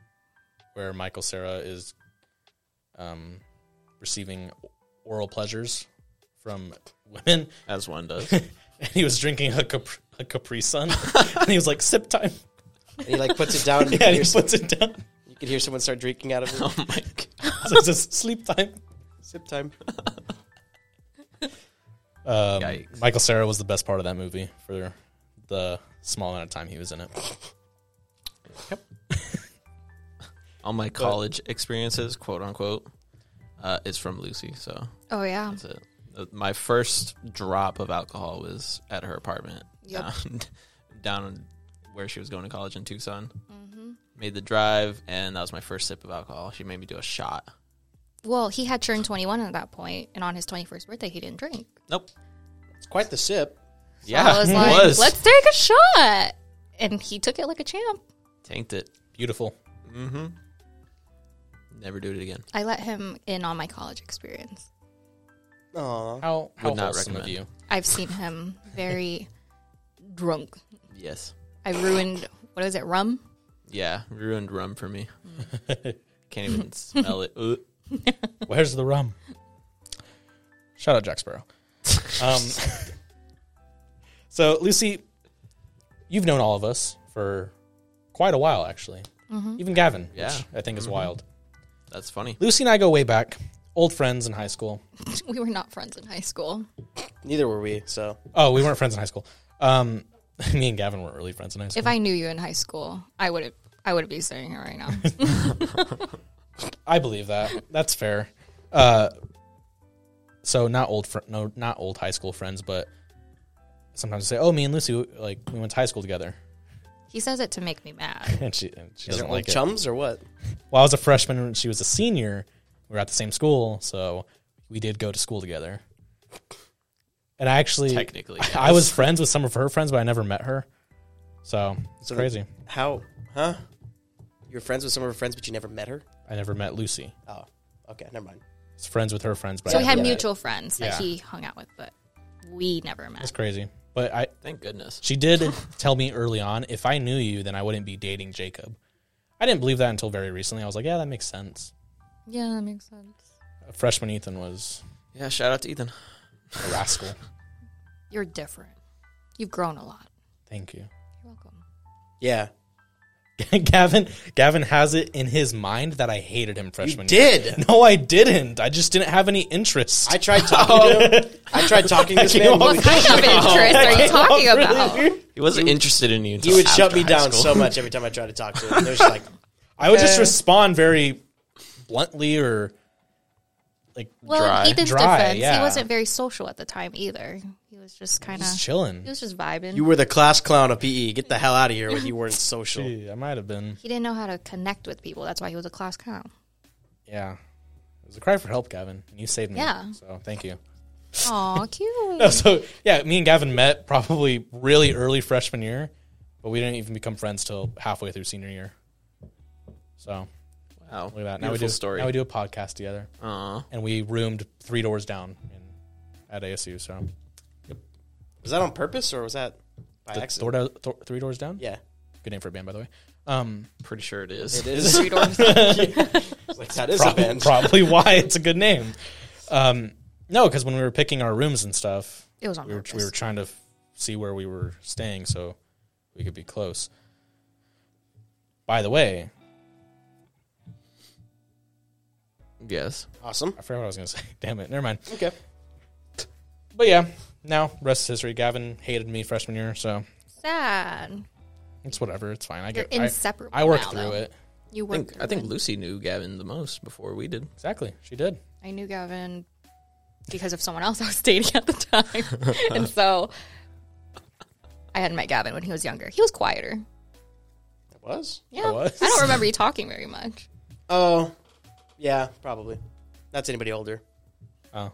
where Michael Sarah is um, receiving oral pleasures from women, As one does. and he was drinking a Capri, a Capri Sun, and he was like, "Sip time," And he like puts it down. And yeah, you, can and hear he some- puts it down. you could hear someone start drinking out of it. oh my god. So it's just sleep time. Sip time. Um, Yikes. Michael Sarah was the best part of that movie for the small amount of time he was in it. All my college experiences, quote unquote, uh, is from Lucy. So Oh yeah, that's it. Uh, My first drop of alcohol was at her apartment. Yep. Down, down where she was going to college in Tucson. Mm-hmm. Made the drive, and that was my first sip of alcohol. She made me do a shot. Well, he had turned 21 at that point, and on his 21st birthday, he didn't drink. Nope. It's quite the sip. Yeah, I was it like, was. let's take a shot. And he took it like a champ. tanked it. Beautiful. Never do it again. I let him in on my college experience. Aw. How how Would not wholesome of you. recommend. I've seen him very drunk. Yes. I ruined, what is it, rum? Yeah, ruined rum for me. Can't even smell it. Ugh. Where's the rum? Shout out Jack Sparrow. Um, so Lucy, you've known all of us for quite a while, actually. Even Gavin, yeah. Mm-hmm. Yeah. which I think is wild. That's funny. Lucy and I go way back, old friends in high school. We were not friends in high school. Neither were we. So Oh, we weren't friends in high school. Um, me and Gavin weren't really friends in high school. If I knew you in high school, I would have. I would be saying it right now. I believe that. That's fair. Uh, so not old, fr- no, not old high school friends, but sometimes I say, "Oh, me and Lucy, like we went to high school together," he says it to make me mad. and she and she is doesn't it like like it. chums or what? Well, I was a freshman and she was a senior. We were at the same school, so we did go to school together. And I actually, Technically, yes. I was friends with some of her friends, but I never met her. So it's So the- crazy. How? Huh? You're friends with some of her friends, but you never met her. I never met Lucy. I Oh, okay. Never mind. was friends with her friends, but So I we never had met- mutual friends that Yeah. he hung out with, but we never It's met. crazy. But I, Thank goodness. She did tell me early on, if I knew you, then I wouldn't be dating Jacob. I didn't believe that until very recently. I was like, yeah, that makes sense. Yeah, that makes sense. Freshman Ethan was Yeah, shout out to Ethan. a rascal. You're different. You've grown a lot. Thank you. You're welcome. Yeah, Gavin Gavin has it in his mind that I hated him freshman you year. did. No, I didn't. I just didn't have any interest. I tried talking to him. I tried talking to this man. off He What kind of interest are you talking about? He wasn't interested in you. he Until would shut after me high down school. so much every time I tried to talk to him. There's like, I would just respond very bluntly or like Well, Dry. in Ethan's Dry, defense, yeah. he wasn't very social at the time either. He was just kind of just he chilling. was just vibing. you were the class clown of PE. Get the hell out of here when you weren't social. Gee, I might have been. he didn't know how to connect with people. That's why he was a class clown. Yeah. It was a cry for help, Gavin. And you saved me. Yeah. So thank you. Aw, cute. No, so yeah, me and Gavin met probably really early freshman year, but we didn't even become friends till halfway through senior year. So Wow, look at that. Now Oh, Beautiful we do story. now we do a podcast together, Aw. and we roomed three doors down in, at ASU. So Was that on purpose or was that by accident? Door Do- Th- three doors down. yeah, good name for a band, by the way. Um, pretty sure it is. it is. Three doors. like, that is a probably, band. probably why it's a good name. Um, no, because when we were picking our rooms and stuff, It was on we were, purpose. we were trying to f- see where we were staying so we could be close. By the way, Yes. Awesome. I forgot what I was going to say. Damn it. Never mind. Okay. But yeah, now rest is history. Gavin hated me freshman year, so Sad. it's whatever. It's fine. I You're get I- inseparable. I, worked now, through though. it. You I worked. think, I think Luke. Lucy knew Gavin the most before we did. Exactly. She did. I knew Gavin because of someone else I was dating at the time, and so I hadn't met Gavin when he was younger. He was quieter. That was. Yeah, was. I don't remember you talking very much. Oh, yeah, probably. That's anybody older. Oh,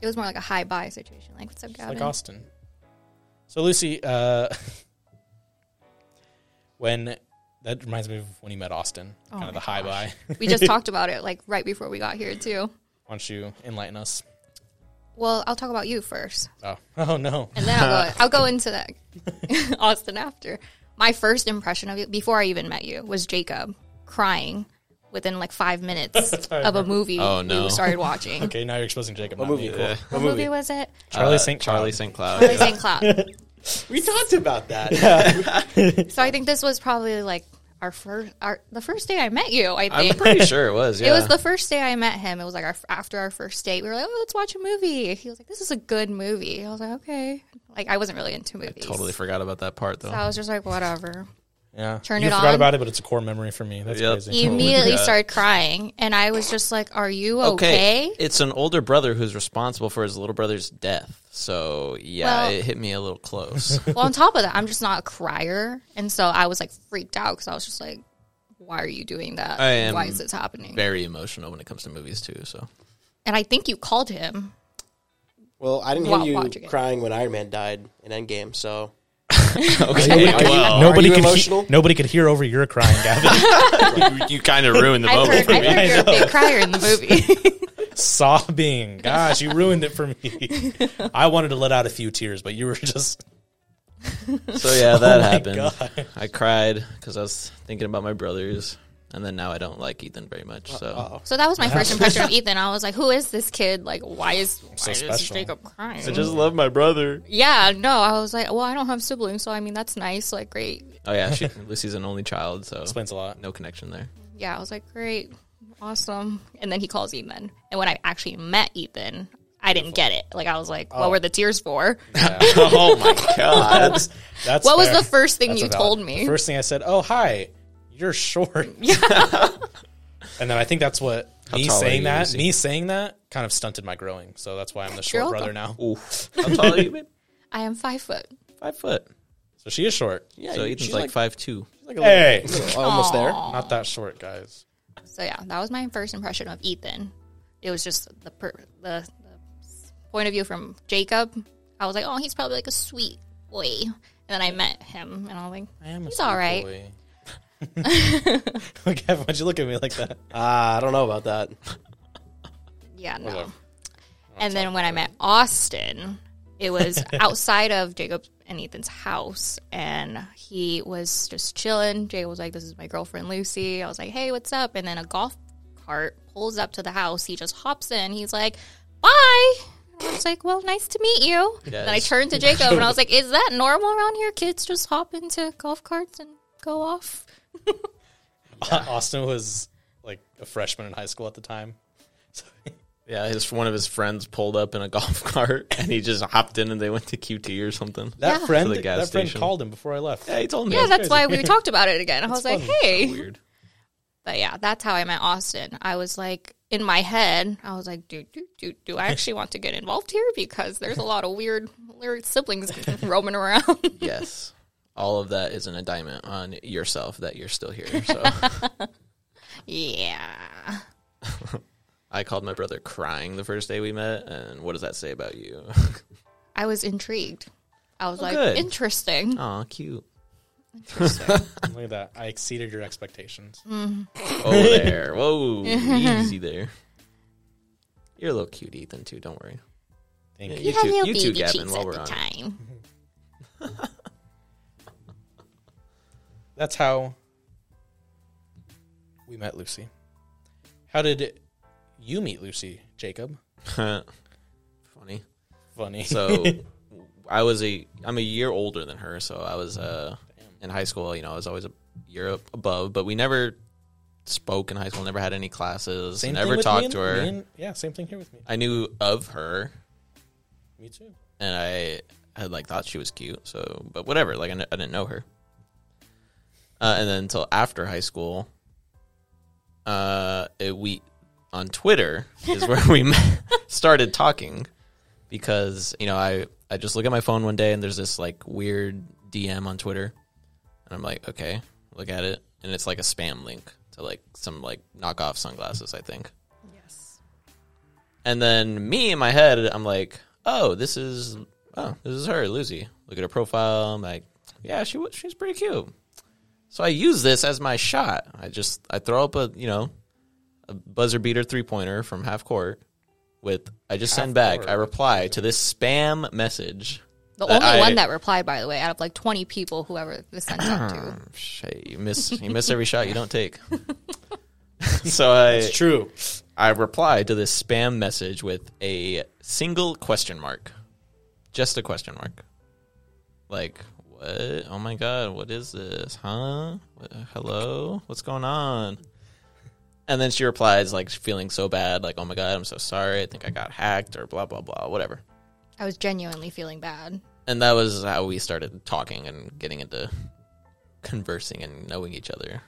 It was more like a high buy situation. Like, what's up, Gavin? like Austin. So Lucy, uh, when that reminds me of when you met Austin, Oh kind of the high buy. we just talked about it like right before we got here too. Why don't you enlighten us? Well, I'll talk about you first, Oh, oh no. and then I'll go, I'll go into that Austin after. My first impression of you before I even met you was Jacob crying within like five minutes of a movie Oh, no. we started watching. Okay, now you're exposing Jacob. What not movie? me. Cool. What movie was it? Charlie Uh, St. Charlie Cloud. St. Cloud. Charlie St. Cloud. We talked about that. So I think this was probably like our first, our the first day I met you. I I'm think pretty sure it was. Yeah. It was the first day I met him. It was like our after our first date. We were like, "Oh, let's watch a movie." He was like, "This is a good movie." I was like, "Okay." Like I wasn't really into movies. Totally forgot about that part though. So I was just like, "Whatever." Yeah. Turn you it forgot on. about it, but it's a core memory for me. That's Yep. crazy. He immediately forgot. started crying, and I was just like, "Are you okay. okay?" It's an older brother who's responsible for his little brother's death. So yeah, Well- it hit me a little close. Well, on top of that, I'm just not a crier, and so I was like freaked out because I was just like, "Why are you doing that? I am Why is this happening?" Very emotional when it comes to movies too. So and I think you called him. Well, I didn't Wa- hear watch you again. crying when Iron Man died in Endgame, so okay, well, Nobody Oh, Are you could emotional? he- nobody could hear over your crying, Gavin. you, kind of ruined the I moment heard, for I me. heard you're a big crier in the movie. Sobbing. Gosh, you ruined it for me. I wanted to let out a few tears, but you were just So yeah, that my happened. God. I cried because I was thinking about my brothers, and then now I don't like Ethan very much. So so that was my first impression of Ethan. I was like, "Who is this kid? Like, why is why So is special. Jacob crying?" love my brother. Yeah, no, I was like, well, I don't have siblings, so I mean, that's nice. Like, great. Oh yeah, she, Lucy's an only child, so explains a lot. no connection there. Yeah, I was like, great, awesome. And then he calls Ethan. And when I actually met Ethan, I didn't get it. Like, I was like, what were the tears for? oh my god, that's That's What was fair. the first thing That's you a valid- told the me? first thing I said, "Oh, hi, you're short." Yeah. and then I think that's what me tall are saying you, that, Lucy? me saying that, kind of stunted my growing. So that's why I'm the You're short brother welcome. now. oof. How tall are you? babe? I am five foot. Five foot. So she is short. yeah, so Ethan's she's like, five two. Hey, almost there. not that short, guys. So, yeah, that was my first impression of Ethan. It was just the, per- the, the point of view from Jacob. I was like, oh, he's probably like a sweet boy. And then I met him, and I was like, I am. He's all right. Kevin, why'd you look at me like that? Ah, I don't know about that. Yeah, no. Whatever. And then when I met Austin, it was outside of Jacob and Ethan's house, and he was just chilling. Jacob was like, "This is my girlfriend Lucy." I was like, "Hey, what's up?" And then a golf cart pulls up to the house. He just hops in. He's like, "Bye." And I was like, "Well, nice to meet you." Then I Yes. turned to Jacob and I was like, "Is that normal around here? Kids just hop into golf carts and go off?" Austin was like a freshman in high school at the time. Yeah, his one of his friends pulled up in a golf cart, and he just hopped in, and they went to QT or something. That Yeah. friend, To the gas that friend station. called him before I left. yeah, he told me. Yeah, that's why we talked about it again. I was like, funny. "Hey, weird. But yeah, that's how I met Austin. I was like, in my head, I was like, do, do, do, do I actually want to get involved here? Because there's a lot of weird, weird siblings roaming around. Yes, all of that is an indictment on yourself that you're still here. So yeah. I called my brother crying the first day we met, and what does that say about you? I was intrigued. I was like, Oh, good. Oh, interesting. Aw, cute. Look at that. I exceeded your expectations. Oh there, whoa, easy there. You're a little cute, Ethan. Too. Don't worry. Thank you. You had two- little you two, baby Gavin, cheeks while at we're the on it. time. That's how we met Lucy. How did you meet Lucy, Jacob? Funny. Funny. So I was a I'm a year older than her, so I was uh in high school, you know, I was always a year up above, but we never spoke in high school, never had any classes, never with me talked and- to her. me and- yeah, same thing here with me. I knew of her Me too. and I had like thought she was cute, so but whatever, like I kn- I didn't know her. Uh, and then until after high school, uh, it, we on Twitter is where we met, started talking because you know I I just look at my phone one day and there's this like weird DM on Twitter, and I'm like, okay, look at it, and it's like a spam link to like some like knockoff sunglasses, I think. Yes. And then me in my head, I'm like, oh, this is oh, this is her, Lucy. Look at her profile. I'm like, yeah, she wa- she's pretty cute. So I use this as my shot. I just I throw up a you know a buzzer beater three pointer from half court with I just send back. I reply to this spam message. The that only Uh, I- one that replied, by the way, out of like 20 people, whoever this sent out to. Shit, you miss you miss every shot you don't take. so I It's true. I replied to this spam message with a single question mark. Just a question mark. Like, what? Oh my god, what is this? Huh? What, hello? What's going on? And then she replies, like, feeling so bad, like, oh my god, I'm so sorry. I think I got hacked or blah, blah, blah, whatever. I was genuinely feeling bad. And that was how we started talking and getting into conversing and knowing each other.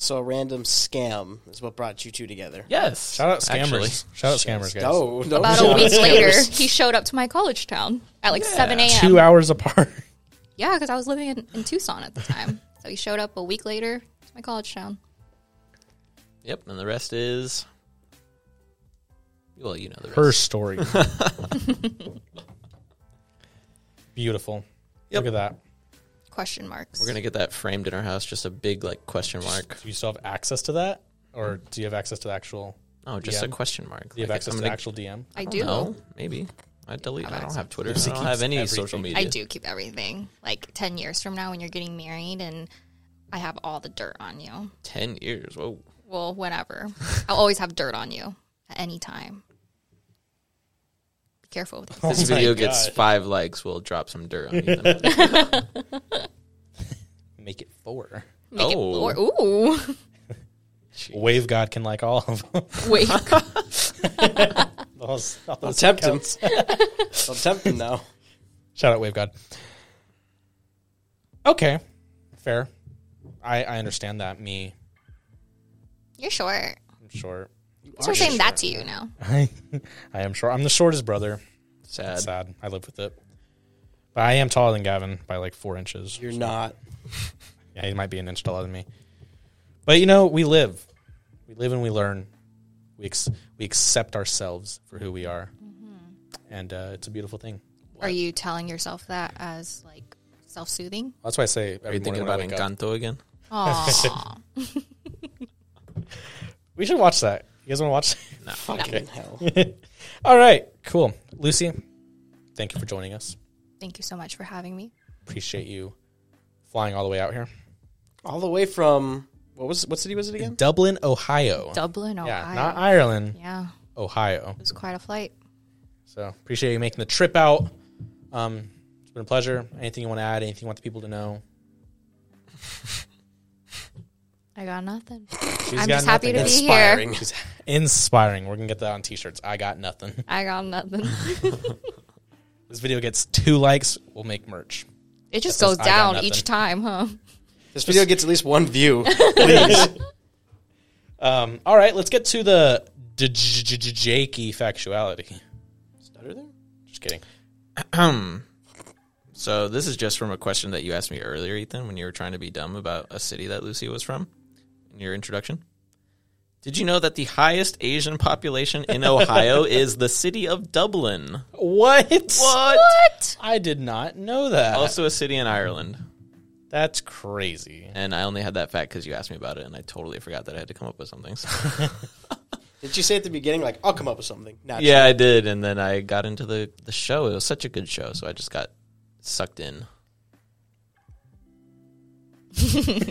So a random scam is what brought you two together. Yes. Shout out scammers. actually. Shout out scammers, guys. No, Oh, no. About a week later, he showed up to my college town at like 7 a.m. Two hours apart. Yeah, because I was living in, in Tucson at the time. so he showed up a week later to my college town. Yep. And the rest is. Well, you know the rest. Her story. Beautiful. Look at that. Question marks. We're gonna get that framed in our house, just a big like question mark. Do you still have access to that, or do you have access to the actual? Oh, just a DM? question mark. Do you have Like, access I'm to the gonna- actual DM? I do. No, maybe. I delete. I don't have Twitter. I Lucy don't have keeps any everything. social media. I do keep everything. Like 10 years from now when you're getting married and I have all the dirt on you. Ten years. Whoa. Well, whenever. I'll always have dirt on you at any time. Be careful with Oh This video gets five likes. We'll drop some dirt on you. then. Make it four. Make Oh. it more. Ooh. Wave God can like all of them. Wait. Those- all Don't those tempt him. accounts. Don't tempt him now. Shout out Wave God. Okay, fair. I I understand that. Me, You're short. I'm short. Thanks for saying that to you now. I I am short. I'm the shortest brother. Sad. That's sad. I live with it. But I am taller than Gavin by like four inches. You're not. Yeah, he might be an inch taller than me. But you know, we live. We live and we learn. We ex- we accept ourselves for who we are, Mm-hmm. and uh, it's a beautiful thing. Are you telling yourself that as like self soothing? That's why I say. Every Are you thinking morning when I about wake up, Encanto again? Aw. We should watch that. You guys want to watch? No. Fucking hell. All right, cool. Lucy, thank you for joining us. Thank you so much for having me. Appreciate you flying all the way out here, All the way from what was what city was it again? Dublin, Ohio. Dublin, Ohio. yeah, not Ireland, yeah, Ohio. it was quite a flight. So appreciate you making the trip out. Um, it's been a pleasure. Anything you want to add? Anything you want the people to know? I got nothing. She's I'm got just happy to nothing. be here. She's inspiring. We're gonna get that on t-shirts. I got nothing. I got nothing. This video gets two likes. We'll make merch. It just says, goes "I got down nothing." each time, huh? This video gets at least one view. Um, all right, let's get to the d- j- j- j- jakey factuality. Stutter there? Just kidding. So this is just from a question that you asked me earlier, Ethan, when you were trying to be dumb about a city that Lucy was from in your introduction. Did you know that the highest Asian population in Ohio is the city of Dublin? What? What? I did not know that. Also a city in Ireland. That's crazy. And I only had that fact because you asked me about it, and I totally forgot that I had to come up with something. So. Did you say at the beginning like I'll come up with something? Naturally. yeah, I did. And then I got into the, the show. It was such a good show, so I just got sucked in.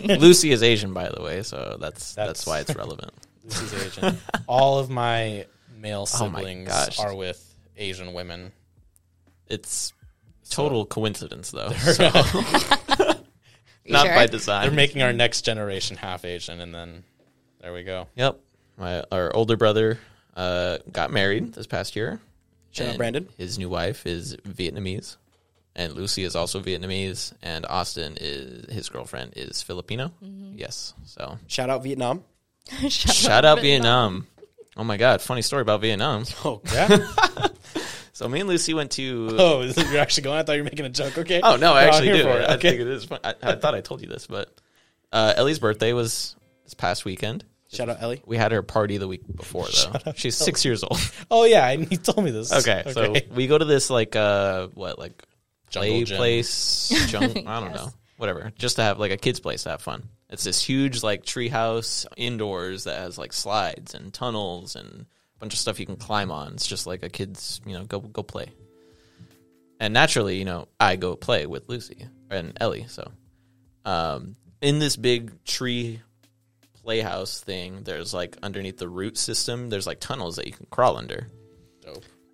Lucy is Asian, by the way, so that's That's- that's why it's relevant. Lucy's Asian. All of my male Oh my siblings gosh. are with Asian women. It's total coincidence, though. So, You not sure? by They're design. making our next generation half Asian, and then there we go. yep. My our older brother uh, got married this past year. Shout out and Brandon. His new wife is Vietnamese, and Lucy is also Vietnamese, and Austin is his girlfriend is Filipino. Yes. So Shout out Vietnam. Shut shout out Vietnam. Oh my God! Funny story about Vietnam. Oh, Yeah. So me and Lucy went to. oh, is it- you're actually going? I thought you were making a joke. Okay. Oh no, I I'm actually here do. for it. I Okay. think it is. Fun. I, I thought I told you this, but uh, Ellie's birthday was this past weekend, Shout out Ellie. We had her party the week before though. She's six years old. Oh yeah, and he told me this. Okay, so we go to this like uh what like Jungle play gym. place jung- I don't know whatever just to have like a kids place to have fun. It's this huge like treehouse indoors that has like slides and tunnels and a bunch of stuff you can climb on. It's just like a kids you know go go play. And naturally, you know, I go play with Lucy and Ellie. So, um, in this big tree playhouse thing, there's like underneath the root system, there's like tunnels that you can crawl under.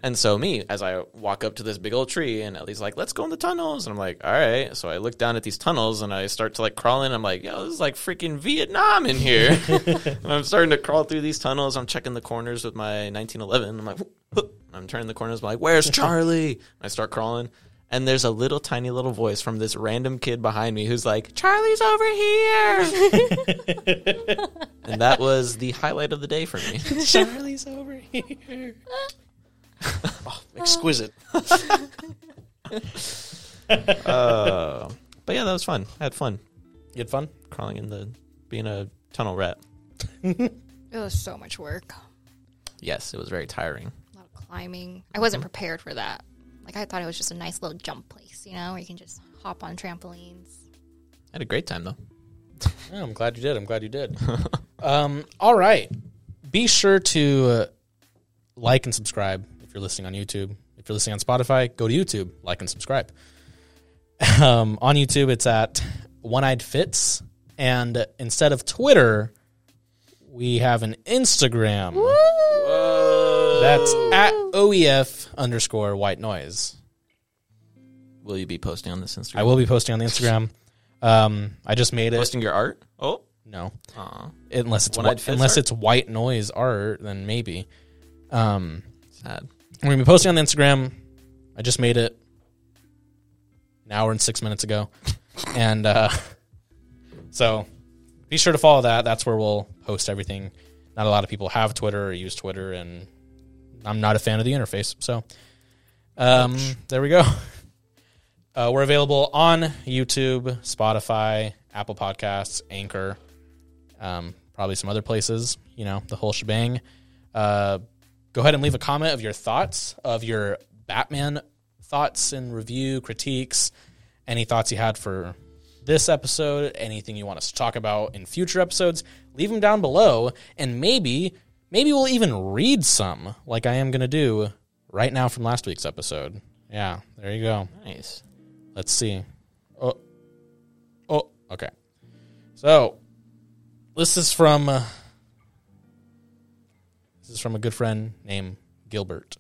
And so me, as I walk up to this big old tree, and Ellie's like, "Let's go in the tunnels," and I'm like, "All right." So I look down at these tunnels, and I start to like crawl in. I'm like, "Yo, this is like freaking Vietnam in here." and I'm starting to crawl through these tunnels. I'm checking the corners with my 1911. I'm like, "Whoop, whoop." I'm turning the corners. I'm like, "Where's Charlie?" And I start crawling, and there's a little tiny little voice from this random kid behind me who's like, "Charlie's over here," and that was the highlight of the day for me. Charlie's over here. Exquisite. But yeah, that was fun. I had fun. You had fun? crawling in the being a tunnel rat. It was so much work, Yes, it was very tiring. a lot of climbing. I wasn't Mm-hmm. prepared for that. Like I thought it was just a nice little jump place, you know, where you can just hop on trampolines. I had a great time though. Yeah, I'm glad you did. I'm glad you did. um, all right. Be sure to uh, like and subscribe if you're listening on YouTube. If you're listening on Spotify, go to YouTube, like and subscribe. Um, on YouTube, it's at One Eyed Fits. And instead of Twitter, we have an Instagram. That's at OEF underscore white noise. Will you be posting on this Instagram? I will be posting on the Instagram. Um, I just made it. posting your art. Oh, No, Aw. unless it's One-eyed white, fits unless art? it's white noise art, then maybe. Um, sad. we're gonna be posting on the Instagram. I just made it an hour and six minutes ago, and uh, so be sure to follow that. That's where we'll post everything. Not a lot of people have Twitter or use Twitter, and I'm not a fan of the interface. So um, there we go. Uh, we're available on YouTube, Spotify, Apple Podcasts, Anchor, um, probably some other places. You know, the whole shebang. Uh, go ahead and leave a comment of your thoughts of your Batman thoughts and review critiques, any thoughts you had for this episode, anything you want us to talk about in future episodes. Leave them down below, and maybe maybe we'll even read some, like I am gonna do right now from last week's episode. Yeah, there you go. Nice. Let's see. Oh, oh, okay. So this is from uh, this is from a good friend named Gilbert.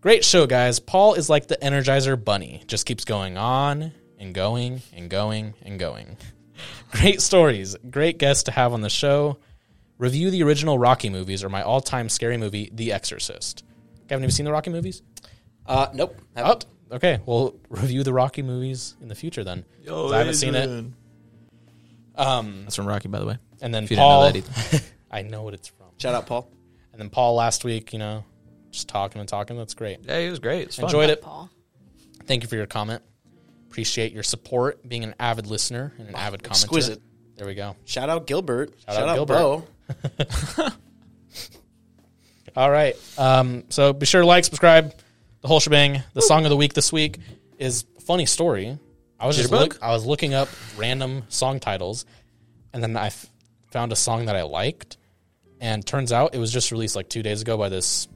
Great show, guys. Paul is like the Energizer Bunny; just keeps going on and going and going and going. Great stories. Great guests to have on the show. Review the original Rocky movies or my all-time scary movie, The Exorcist. Haven't you seen the Rocky movies? Uh, nope. Oh, okay. We'll review the Rocky movies in the future then. 'Cause I haven't seen it. That's from Rocky, by the way. And then If you didn't know Paul, that either. I know what it's from. Shout out Paul. And then Paul last week, you know, just talking and talking. That's great. Yeah, it was great. It's fun. Enjoyed it. Paul. Thank you for your comment. Appreciate your support, being an avid listener and an avid commenter. exquisite. There we go. Shout out Gilbert. Shout, out out, Gilbert. Bo. All right. Um, so be sure to like, subscribe, the whole shebang. The song of the week this week is funny story. I was just Jitterbug? look, I was looking up random song titles, and then I f- found a song that I liked, and turns out it was just released like two days ago by this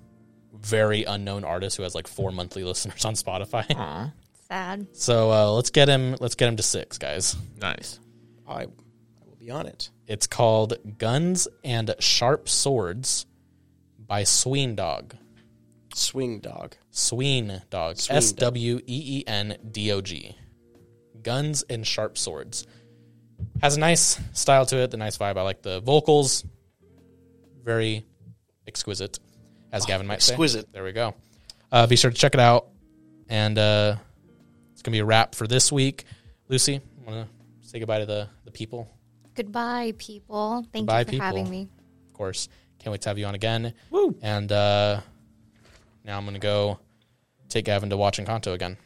very unknown artist who has like four monthly listeners on Spotify. Sad. So uh, let's get him. Let's get him to six, guys. Nice. I, I will be on it. It's called "Guns and Sharp Swords" by Sween Dog. Swing dog. Sween Dog. Sween S W E E N D O G. Guns and sharp swords. Has a nice style to it, the nice vibe. I like the vocals. Very exquisite, as Gavin might say. exquisite. There we go. Uh, be sure to check it out. And uh, it's going to be a wrap for this week. Lucy, want to say goodbye to the, the people? Goodbye, people. Thank Goodbye, you for people. having me. of course. Can't wait to have you on again. Woo! And uh, now I'm going to go take Gavin to watch Encanto again.